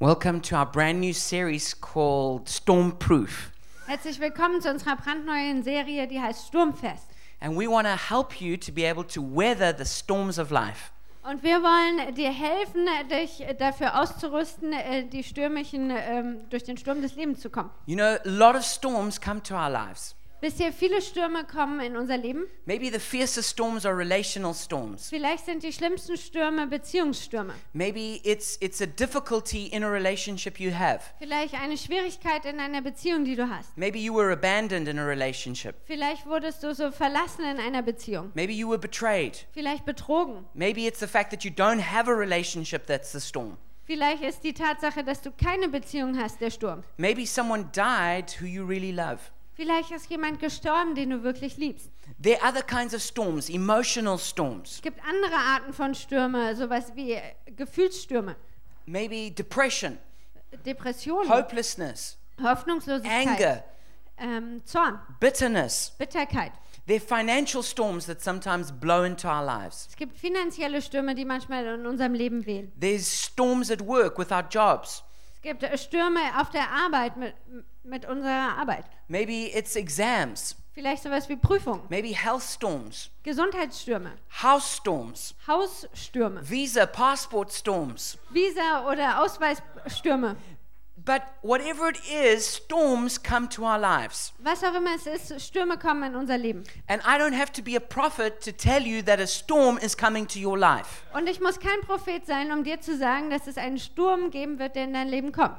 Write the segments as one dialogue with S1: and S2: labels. S1: Welcome to our brand new series called Stormproof.
S2: Herzlich willkommen zu unserer brandneuen Serie, die heißt Sturmfest.
S1: And we want to help you to be able to weather the storms of life.
S2: Und wir wollen dir helfen, dich dafür auszurüsten, äh, die stürmischen, ähm, durch den Sturm des Lebens zu kommen.
S1: You know, a lot of storms come to our lives.
S2: Wisst ihr, viele Stürme kommen in unser Leben.
S1: Maybe the fiercest storms are relational storms.
S2: Vielleicht sind die schlimmsten Stürme Beziehungsstürme.
S1: Maybe it's, it's a difficulty in a relationship you have.
S2: Vielleicht eine Schwierigkeit in einer Beziehung, die du hast.
S1: Maybe you were abandoned in a relationship.
S2: Vielleicht wurdest du so verlassen in einer Beziehung.
S1: Maybe you were betrayed.
S2: Vielleicht betrogen.
S1: Maybe it's the fact that you don't have a relationship that's the storm.
S2: Vielleicht ist die Tatsache, dass du keine Beziehung hast, der Sturm.
S1: Maybe someone died who you really love.
S2: Vielleicht ist jemand gestorben, den du wirklich liebst.
S1: There are other kinds of storms, emotional storms.
S2: Es gibt andere Arten von Stürme, sowas wie äh, Gefühlsstürme,
S1: Maybe depression,
S2: Depressionen,
S1: hopelessness,
S2: Hoffnungslosigkeit,
S1: anger,
S2: ähm, Zorn,
S1: bitterness.
S2: Bitterkeit.
S1: There are financial storms that sometimes blow into our lives.
S2: Es gibt finanzielle Stürme, die manchmal in unserem Leben wehen.
S1: There's storms at work with our jobs.
S2: Es gibt äh, Stürme auf der Arbeit mit, mit unserer Arbeit.
S1: Maybe it's exams,
S2: Vielleicht sowas wie Prüfungen,
S1: maybe health storms,
S2: Gesundheitsstürme,
S1: house storms,
S2: Hausstürme,
S1: visa, passport storms.
S2: Visa- oder Ausweisstürme.
S1: But whatever it is, storms come to our lives.
S2: Was auch immer es ist, Stürme kommen in unser Leben.
S1: And I don't have to be a prophet to tell you that a storm is coming to your life.
S2: Und ich muss kein Prophet sein, um dir zu sagen, dass es einen Sturm geben wird, der in dein Leben kommt.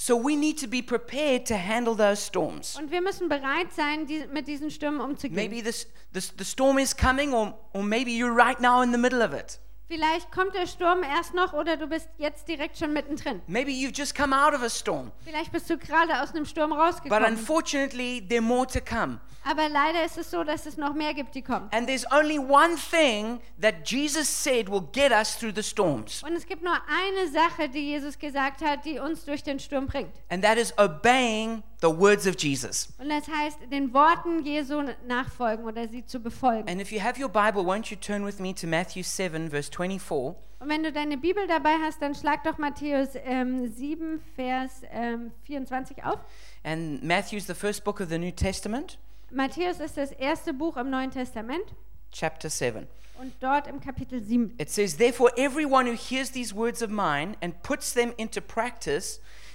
S1: So we need to be prepared to handle those storms.
S2: Und wir müssen bereit sein, die, mit diesen Stürmen umzugehen.
S1: Maybe this, this, the storm is coming, or, or maybe you're right now in the middle of it.
S2: Vielleicht kommt der Sturm erst noch oder du bist jetzt direkt schon mittendrin.
S1: Maybe you've just come out of a storm.
S2: Vielleicht bist du gerade aus einem Sturm
S1: But
S2: rausgekommen.
S1: unfortunately, there are more to come.
S2: Aber leider ist es so, dass es noch mehr gibt, die kommen.
S1: And there's only one thing that Jesus said will get us through the storms,
S2: Und es gibt nur eine Sache, die Jesus gesagt hat, die uns durch den Sturm bringt.
S1: and that is obeying the words of Jesus.
S2: Und das heißt, den Worten Jesu nachfolgen oder sie zu befolgen.
S1: And if you have your Bible, won't you turn with me to Matthew 7, verse 24?
S2: Und wenn du deine Bibel dabei hast, dann schlag doch Matthäus ähm, 7, Vers ähm, 24 auf.
S1: And Matthew's the first book of the New Testament,
S2: Matthäus ist das erste Buch im Neuen Testament
S1: chapter 7.
S2: und dort im Kapitel 7.
S1: It says, Therefore, everyone who hears these words of mine and puts them into practice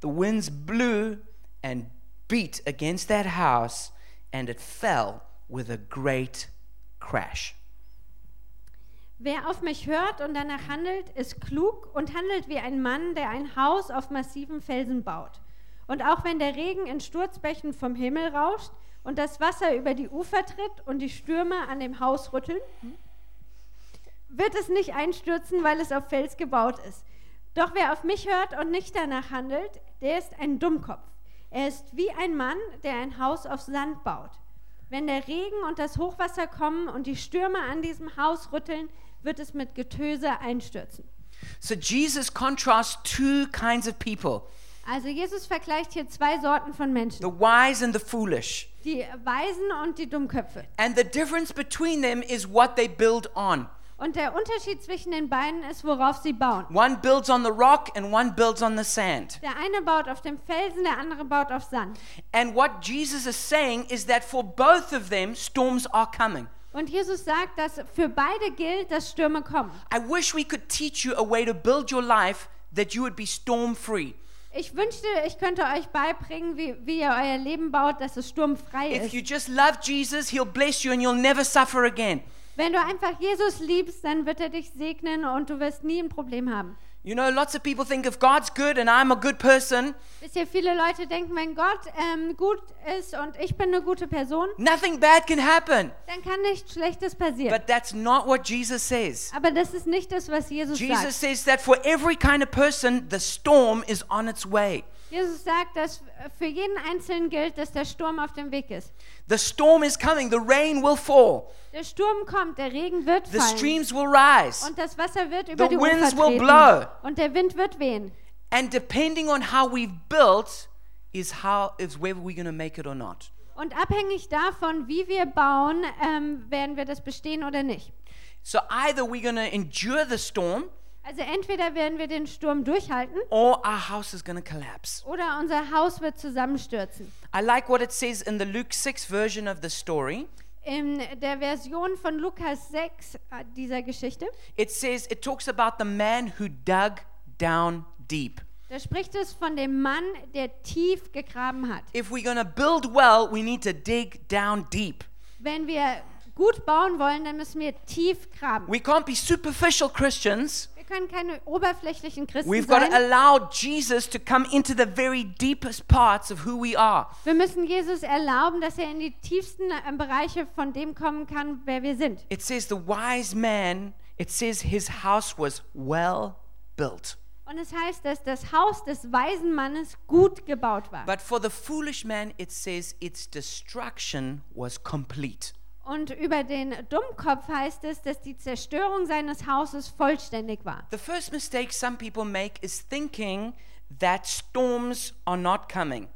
S1: the winds blew and beat against that house, and it fell with a great crash.
S2: Wer auf mich hört und danach handelt, ist klug und handelt wie ein Mann, der ein Haus auf massiven Felsen baut. Und auch wenn der Regen in Sturzbächen vom Himmel rauscht und das Wasser über die Ufer tritt und die Stürme an dem Haus rütteln, wird es nicht einstürzen, weil es auf Fels gebaut ist. Doch wer auf mich hört und nicht danach handelt, der ist ein Dummkopf. Er ist wie ein Mann, der ein Haus auf Sand baut. Wenn der Regen und das Hochwasser kommen und die Stürme an diesem Haus rütteln, wird es mit Getöse einstürzen.
S1: So Jesus contrasts two kinds of people
S2: Also Jesus vergleicht hier zwei Sorten von
S1: the
S2: Menschen,
S1: wise and the foolish.
S2: die Weisen und die Dummköpfe.
S1: And the difference between them is what they build on.
S2: Und der Unterschied zwischen den beiden ist, worauf sie bauen.
S1: One builds on the rock and one builds on the sand.
S2: Der eine baut auf dem Felsen, der andere baut auf Sand.
S1: And what Jesus is saying is that for both of them, storms are coming.
S2: Und Jesus sagt, dass für beide gilt, dass Stürme kommen.
S1: I wish we could teach you a way to build your life that you would be storm free.
S2: Ich wünschte, ich könnte euch beibringen, wie, wie ihr euer Leben baut, dass es sturmfrei
S1: If you
S2: ist.
S1: just love Jesus, He'll bless you and you'll never suffer again.
S2: Wenn du einfach Jesus liebst, dann wird er dich segnen und du wirst nie ein Problem haben.
S1: You know, lots of people think if God's good and I'm a good person,
S2: Wisst ihr, viele Leute denken, wenn Gott ähm, gut ist und ich bin eine gute Person,
S1: nothing bad can happen.
S2: dann kann nichts Schlechtes passieren.
S1: But that's not what Jesus says.
S2: Aber das ist nicht das, was Jesus
S1: Jesus
S2: sagt.
S1: says that for every kind of person, the storm is on its way.
S2: Jesus sagt, dass für jeden Einzelnen gilt, dass der Sturm auf dem Weg ist.
S1: The storm is coming, the rain will fall,
S2: Der Sturm kommt, der Regen wird
S1: the
S2: fallen
S1: streams will rise.
S2: und das Wasser wird über
S1: The
S2: die Ufer
S1: winds will
S2: treten
S1: blow.
S2: und der Wind wird wehen.
S1: And depending on how we've built, is how is whether we're going to make it or not.
S2: Und abhängig davon, wie wir bauen, ähm, werden wir das bestehen oder nicht.
S1: So either we're going to endure the storm
S2: Also entweder werden wir den Sturm durchhalten
S1: or our house is going to collapse.
S2: oder unser Haus wird zusammenstürzen.
S1: I like what it says in the Luke 6 version of the story.
S2: In der Version von Lukas 6 äh, dieser Geschichte,
S1: It says it talks about the man who dug down deep.
S2: da spricht es von dem Mann, der tief gegraben hat.
S1: If we're going to build well, we need to dig down deep.
S2: Wenn wir gut bauen wollen, dann müssen wir tief graben.
S1: We can't be superficial Christians.
S2: Wir können keine oberflächlichen Christen
S1: We've got to
S2: sein.
S1: allow Jesus to come into the very deepest parts of who we are.
S2: Wir müssen Jesus erlauben, dass er in die tiefsten äh, Bereiche von dem kommen kann, wer wir sind.
S1: It says the wise man, it says his house was well built.
S2: Und es heißt, dass das Haus des weisen Mannes gut gebaut war.
S1: But for the foolish man, it says its destruction was complete.
S2: Und über den Dummkopf heißt es, dass die Zerstörung seines Hauses vollständig war.
S1: The first mistake some people make is thinking that storms are not coming.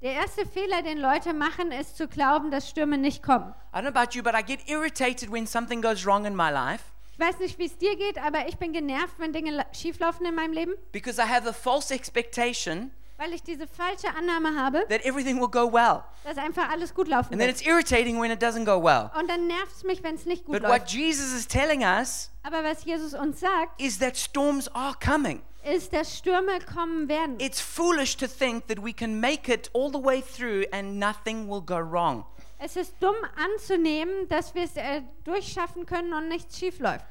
S2: Der erste Fehler, den Leute machen, ist zu glauben, dass Stürme nicht kommen.
S1: I don't know about you, but I get irritated when something goes wrong in my life
S2: Ich weiß nicht, wie es dir geht, aber ich bin genervt, wenn Dinge la- schieflaufen in meinem Leben,
S1: because I have a false expectation
S2: weil ich diese falsche Annahme habe,
S1: that everything will go well.
S2: dass einfach alles gut laufen
S1: And then
S2: wird.
S1: it's irritating when it doesn't go well.
S2: Und dann nervt es mich, wenn es nicht gut
S1: But what
S2: läuft.
S1: Jesus is telling us
S2: Aber was Jesus uns sagt,
S1: is that storms are coming.
S2: ist, dass Stürme kommen werden.
S1: It's foolish to think that we can make it all the way through and nothing will go wrong.
S2: Es ist dumm anzunehmen, dass wir es äh, durchschaffen können und nichts schief läuft.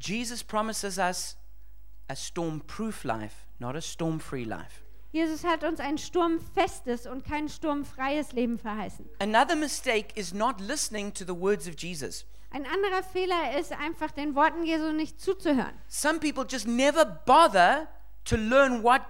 S1: Jesus promises us a storm proof life, not a storm free life.
S2: Jesus hat uns ein sturmfestes und kein sturmfreies Leben verheißen.
S1: Another mistake is not listening to the words of Jesus.
S2: Ein anderer Fehler ist einfach, den Worten Jesu nicht zuzuhören.
S1: Some people just never bother to learn what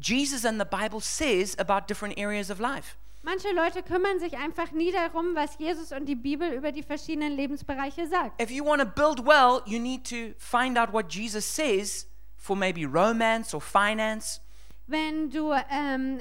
S1: Jesus and the Bible says about different areas of life.
S2: Manche Leute kümmern sich einfach nie darum, was Jesus und die Bibel über die verschiedenen Lebensbereiche sagt.
S1: If you want to build well, you need to find out what Jesus says for maybe romance or finance.
S2: Wenn du ähm,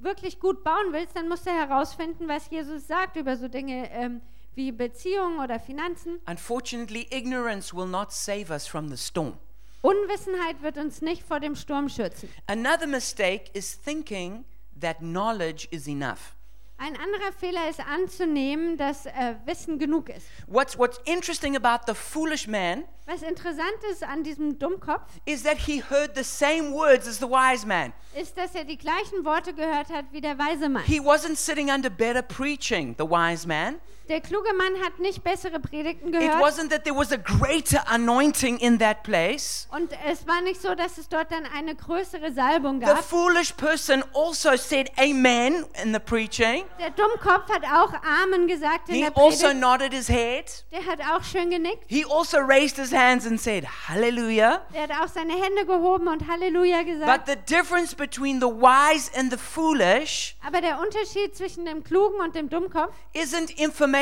S2: wirklich gut bauen willst, dann musst du herausfinden, was Jesus sagt über so Dinge ähm, wie Beziehungen oder Finanzen.
S1: Unfortunately, ignorance will not save us from the storm.
S2: Unwissenheit wird uns nicht vor dem Sturm schützen.
S1: Another mistake is thinking that knowledge is enough.
S2: Ein anderer Fehler ist anzunehmen, dass äh, Wissen genug ist.
S1: What's, what's interesting about the foolish man
S2: Was interessant ist an diesem Dummkopf,
S1: is that he heard the same words as the wise man.
S2: ist, dass er die gleichen Worte gehört hat wie der weise Mann.
S1: He wasn't sitting under better preaching, the wise man.
S2: Der kluge Mann hat nicht bessere Predigten
S1: It
S2: gehört.
S1: wasn't that there was a greater anointing in that place.
S2: Und es war nicht so, dass es dort dann eine größere Salbung
S1: The
S2: gab.
S1: foolish person also said amen in the preaching.
S2: Der Dummkopf hat auch Amen gesagt in
S1: He
S2: der
S1: also
S2: Predigt.
S1: nodded his head.
S2: Der hat auch schön genickt.
S1: He also raised his hands and said, Hallelujah.
S2: Der hat auch seine Hände gehoben und Halleluja
S1: But
S2: gesagt.
S1: the difference between the wise and the foolish
S2: Aber der Unterschied zwischen dem Klugen und dem Dummkopf
S1: isn't information,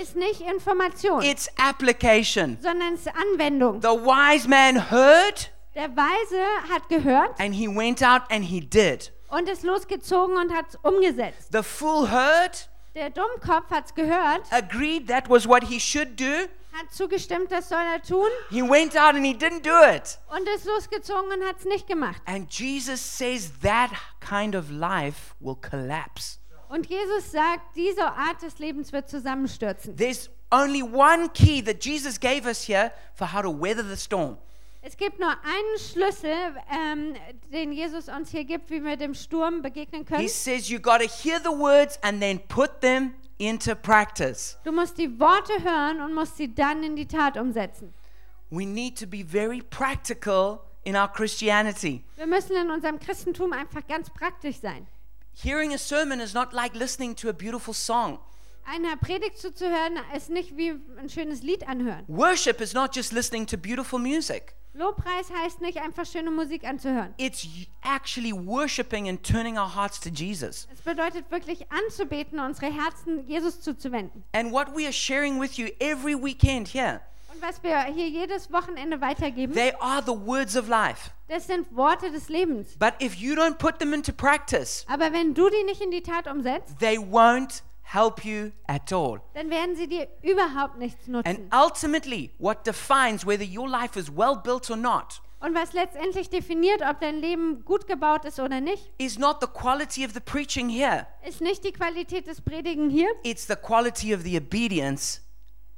S2: ist nicht Information,
S1: it's application.
S2: sondern es ist Anwendung.
S1: The wise man heard
S2: Der Weise hat gehört
S1: and he went out and he did.
S2: und ist losgezogen und hat es umgesetzt.
S1: The fool heard,
S2: Der Dummkopf hat es gehört,
S1: agreed that was what he should do.
S2: hat zugestimmt, das soll er tun
S1: He went out and he didn't do it.
S2: und ist losgezogen und hat es nicht gemacht.
S1: And Jesus says that kind of life will collapse.
S2: Und Jesus sagt, diese Art des Lebens wird zusammenstürzen.
S1: There's only one key that Jesus gave us here for how to weather the storm.
S2: Es gibt nur einen Schlüssel, ähm, den Jesus uns hier gibt, wie wir dem Sturm begegnen
S1: He
S2: können.
S1: says you got to hear the words and then put them into practice.
S2: Du musst die Worte hören und musst sie dann in die Tat umsetzen.
S1: We need to be very practical in our Christianity.
S2: Wir müssen in unserem Christentum einfach ganz praktisch sein.
S1: Hearing a sermon is not like listening to a beautiful song.
S2: Einer Predigt zuzuhören ist nicht wie ein schönes Lied anhören.
S1: Worship is not just listening to beautiful music.
S2: Lobpreis heißt nicht einfach schöne Musik anzuhören.
S1: It's actually worshiping and turning our hearts to Jesus.
S2: Es bedeutet wirklich anzubeten, unsere Herzen Jesus zuzuwenden.
S1: And what we are sharing with you every weekend here,
S2: Und was wir hier jedes Wochenende weitergeben,
S1: they are the words of life.
S2: das sind Worte des Lebens.
S1: But if you don't put them into practice,
S2: Aber wenn du die nicht in die Tat umsetzt,
S1: they won't help you at all.
S2: dann werden sie dir überhaupt nichts
S1: And
S2: nutzen.
S1: ultimately, what defines whether your life is well built or not
S2: Und was letztendlich definiert, ob dein Leben gut gebaut ist oder nicht,
S1: is not the quality of the preaching here,
S2: ist nicht die Qualität des Predigen hier,
S1: it's the quality of the obedience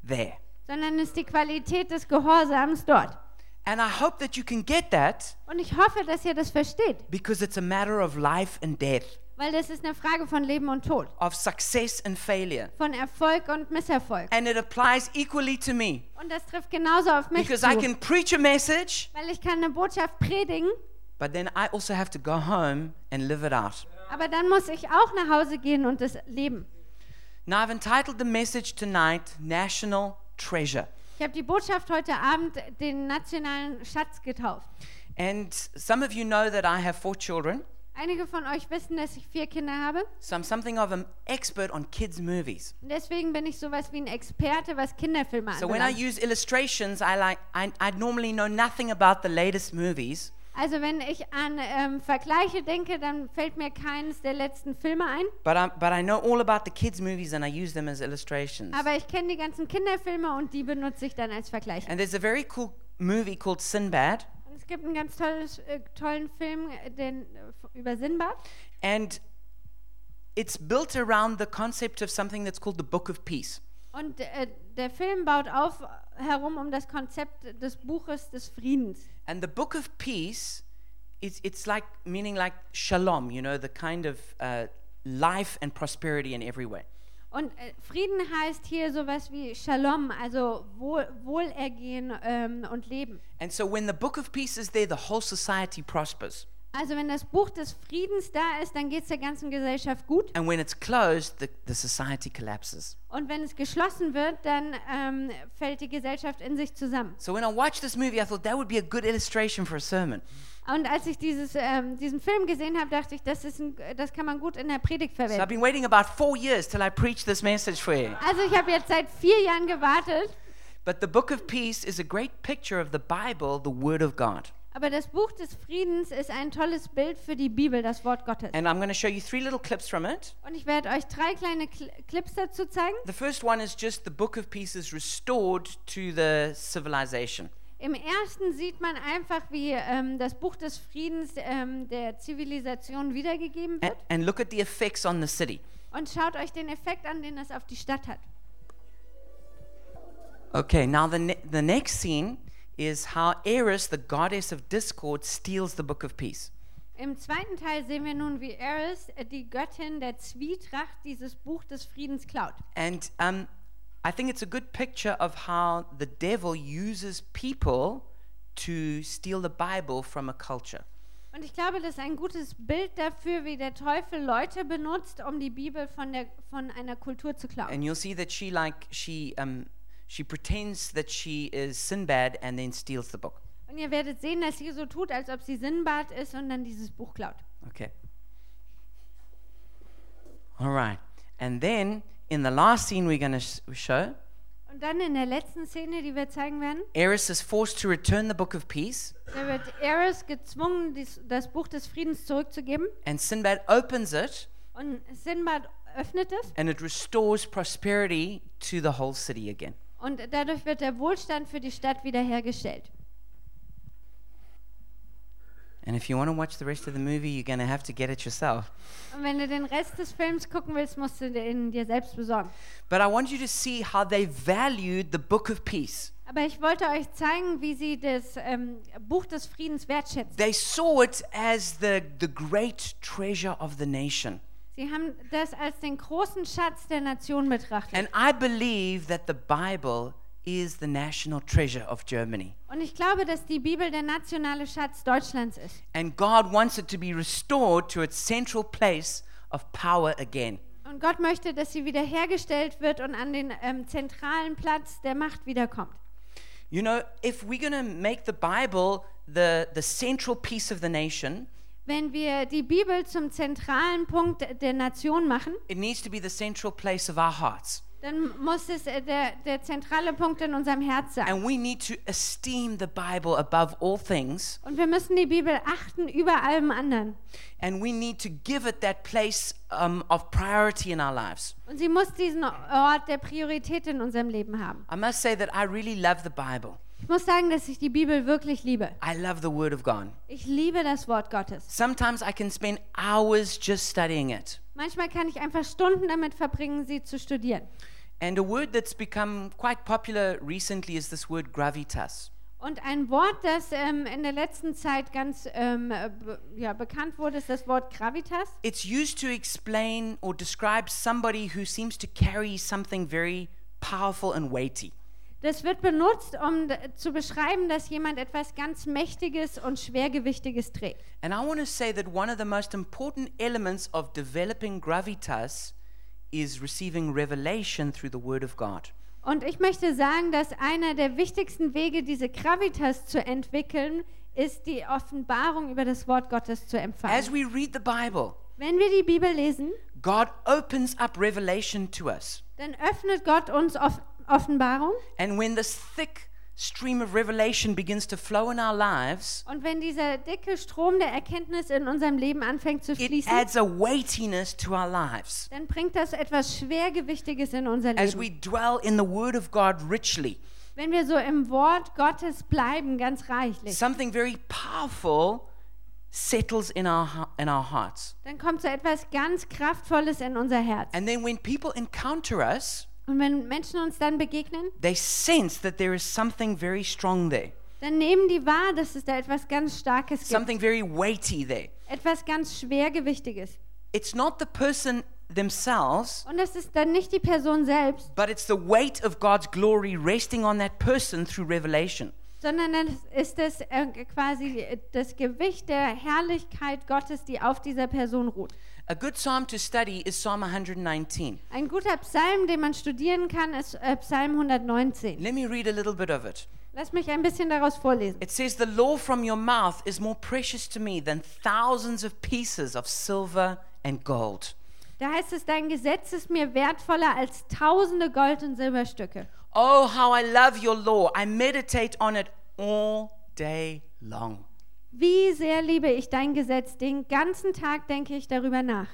S1: there.
S2: sondern ist die Qualität des Gehorsams dort.
S1: And I hope that you can get that
S2: Und ich hoffe, dass ihr das versteht,
S1: because it's a matter of life and death,
S2: weil das ist eine Frage von Leben und Tod,
S1: of success and failure.
S2: von Erfolg und Misserfolg.
S1: And it applies equally to me
S2: Und das trifft genauso auf mich
S1: because I
S2: zu,
S1: can preach a message,
S2: weil ich kann eine Botschaft predigen,
S1: but then I also have to go home and live it out.
S2: aber dann muss ich auch nach Hause gehen und das leben.
S1: Now, I've entitled the message tonight National Treasure.
S2: Ich habe die Botschaft heute Abend den nationalen Schatz getauft.
S1: And some of you know that I have four children,
S2: Einige von euch wissen, dass ich vier Kinder habe.
S1: so I'm something of an expert on kids' movies.
S2: Und deswegen bin ich sowas wie ein Experte, was Kinderfilme
S1: So when I
S2: anbelangt.
S1: use illustrations, I like I, I normally know nothing about the latest movies,
S2: Also wenn ich an ähm, Vergleiche denke, dann fällt mir keines der letzten Filme ein.
S1: but I but I know all about the kids' movies and I use them as illustrations.
S2: Aber ich kenne die ganzen Kinderfilme und die benutze ich dann als Vergleich.
S1: And there's a very cool movie called Sinbad,
S2: Und es gibt einen ganz tolles, äh, tollen Film äh, den, äh, f- über Sinbad.
S1: and it's built around the concept of something that's called the Book of Peace.
S2: Und äh, der Film baut auf herum um das Konzept des Buches des Friedens.
S1: And the Book of Peace, it's it's like meaning like shalom, you know, the kind of uh, life and prosperity in every way.
S2: Und äh, Frieden heißt hier sowas wie Shalom, also Wohl, Wohlergehen ähm, und Leben.
S1: And so when the book of peace is there, the whole society prospers.
S2: Also wenn das Buch des Friedens da ist, dann geht es der ganzen Gesellschaft gut.
S1: And when it's closed, the, the society collapses.
S2: Und wenn es geschlossen wird, dann ähm, fällt die Gesellschaft in sich zusammen.
S1: So when I watched this movie, I thought that would be a good illustration for a sermon.
S2: Und als ich dieses, ähm, diesen Film gesehen habe, dachte ich, das, ist ein, das kann man gut in der Predigt
S1: So I've
S2: verwenden.
S1: been waiting about four years till I preach this message for you.
S2: Also ich habe jetzt seit vier Jahren gewartet,
S1: But the book of peace is a great picture of the Bible, the Word of God.
S2: aber das Buch des Friedens ist ein tolles Bild für die Bibel, das Wort Gottes.
S1: And I'm going to show you three little clips from it.
S2: Und ich werde euch drei kleine Cl Clips dazu zeigen.
S1: The first one is just the book of peace is restored to the civilization.
S2: Im ersten sieht man einfach, wie ähm, das Buch des Friedens ähm, der Zivilisation wiedergegeben
S1: And,
S2: wird.
S1: and look at the effects on the city.
S2: Und schaut euch den Effekt an, den das auf die Stadt hat.
S1: Okay, now the, ne- the next scene is how Eris, the goddess of discord, steals the book of peace.
S2: Im zweiten Teil sehen wir nun, wie Eris, äh, die Göttin der Zwietracht, dieses Buch des Friedens klaut.
S1: And um, I think it's a good picture of how the devil uses people to steal the Bible from a culture.
S2: Und ich glaube, das ist ein gutes Bild dafür, wie der Teufel Leute benutzt, um die Bibel von, der, von einer Kultur zu klauen.
S1: And you'll see that she, like, she, um, she pretends that she is Sinbad and then steals the book.
S2: Und ihr werdet sehen, dass sie so tut, als ob sie Sinbad ist und dann dieses Buch klaut.
S1: Okay. All right. And then in the last scene we're going to sh- show,
S2: Und dann in der letzten Szene, die wir zeigen werden,
S1: Eris is forced to return the book of peace,
S2: da wird Eris gezwungen, dies, das Buch des Friedens zurückzugeben.
S1: and Sinbad opens it,
S2: Und Sinbad öffnet es
S1: and it restores prosperity to the whole city again.
S2: und dadurch wird der Wohlstand für die Stadt wiederhergestellt.
S1: And if you want to watch the rest of the movie, you're going to have to get it yourself.
S2: Und wenn du den Rest des Films gucken willst, musst du den dir selbst besorgen.
S1: But I want you to see how they valued the book of peace.
S2: Aber ich wollte euch zeigen, wie sie das ähm, Buch des Friedens wertschätzen.
S1: They saw it as the, the great treasure of the nation.
S2: Sie haben das als den großen Schatz der Nation betrachtet.
S1: And I believe that the Bible is the national treasure of Germany.
S2: Und ich glaube, dass die Bibel der nationale Schatz Deutschlands ist.
S1: And God wants it to be restored to its central place of power again.
S2: Und Gott möchte, dass sie wiederhergestellt wird und an den ähm, zentralen Platz der Macht wiederkommt.
S1: You know, if we're going to make the Bible the, the central piece of the nation,
S2: Wenn wir die Bibel zum zentralen Punkt der Nation machen,
S1: it needs to be the central place of our hearts.
S2: dann muss es äh, der, der zentrale Punkt in unserem Herz sein.
S1: And we need to esteem the Bible above all things.
S2: Und wir müssen die Bibel achten über allem anderen.
S1: And we need to give it that place um, of priority in our lives.
S2: Und sie muss diesen Ort der Priorität in unserem Leben haben.
S1: I must say that I really love the Bible.
S2: Ich muss sagen, dass ich die Bibel wirklich liebe.
S1: I love the Word of God.
S2: Ich liebe das Wort Gottes.
S1: Sometimes I can spend hours just studying it.
S2: Manchmal kann ich einfach Stunden damit verbringen, sie zu studieren.
S1: And a word that's become quite popular recently is this word gravitas.
S2: Und ein Wort, das ähm, in der letzten Zeit ganz ähm, äh, be ja, bekannt wurde, ist das Wort Gravitas.
S1: It's used to explain or describe somebody who seems to carry something very powerful and weighty.
S2: Das wird benutzt, um d- zu beschreiben, dass jemand etwas ganz Mächtiges und Schwergewichtiges trägt.
S1: And I want to say that one of the most important elements of developing gravitas is receiving revelation through the Word of God.
S2: Und ich möchte sagen, dass einer der wichtigsten Wege, diese Gravitas zu entwickeln, ist die Offenbarung über das Wort Gottes zu
S1: As
S2: empfangen.
S1: we read the Bible,
S2: Wenn wir die Bibel lesen,
S1: God opens up revelation to us.
S2: dann öffnet Gott uns Off Offenbarung.
S1: And when this thick stream of revelation begins to flow in our lives,
S2: Und wenn dieser dicke Strom der Erkenntnis in unserem Leben anfängt zu
S1: it
S2: fließen,
S1: adds a weightiness to our lives.
S2: dann bringt das etwas Schwergewichtiges in unser
S1: As
S2: Leben.
S1: we dwell in the Word of God richly,
S2: Wenn wir so im Wort Gottes bleiben, ganz reichlich,
S1: something very powerful settles in our, hea- in our hearts.
S2: dann kommt so etwas ganz Kraftvolles in unser Herz.
S1: And then when people encounter us,
S2: Und wenn Menschen uns dann begegnen,
S1: they sense that there is something very strong there,
S2: dann nehmen die wahr, dass es da etwas ganz Starkes gibt,
S1: something very weighty there.
S2: etwas ganz Schwergewichtiges.
S1: It's not the person themselves,
S2: Und das ist dann nicht die Person selbst,
S1: but it's the weight of God's glory resting on that person through revelation.
S2: sondern dann ist es äh, quasi das Gewicht der Herrlichkeit Gottes, die auf dieser Person ruht.
S1: A good psalm to study is Psalm 119.
S2: Ein guter Psalm, den man studieren kann, ist äh, Psalm 119.
S1: Let me read a little bit of it.
S2: Lass mich ein bisschen daraus vorlesen.
S1: It says, The law from your mouth is more precious to me than thousands of pieces of silver and gold.
S2: Da heißt es, dein Gesetz ist mir wertvoller als tausende Gold- und Silberstücke.
S1: Oh, how I love your law. I meditate on it all day long.
S2: Wie sehr liebe ich dein Gesetz, den ganzen Tag denke ich darüber nach.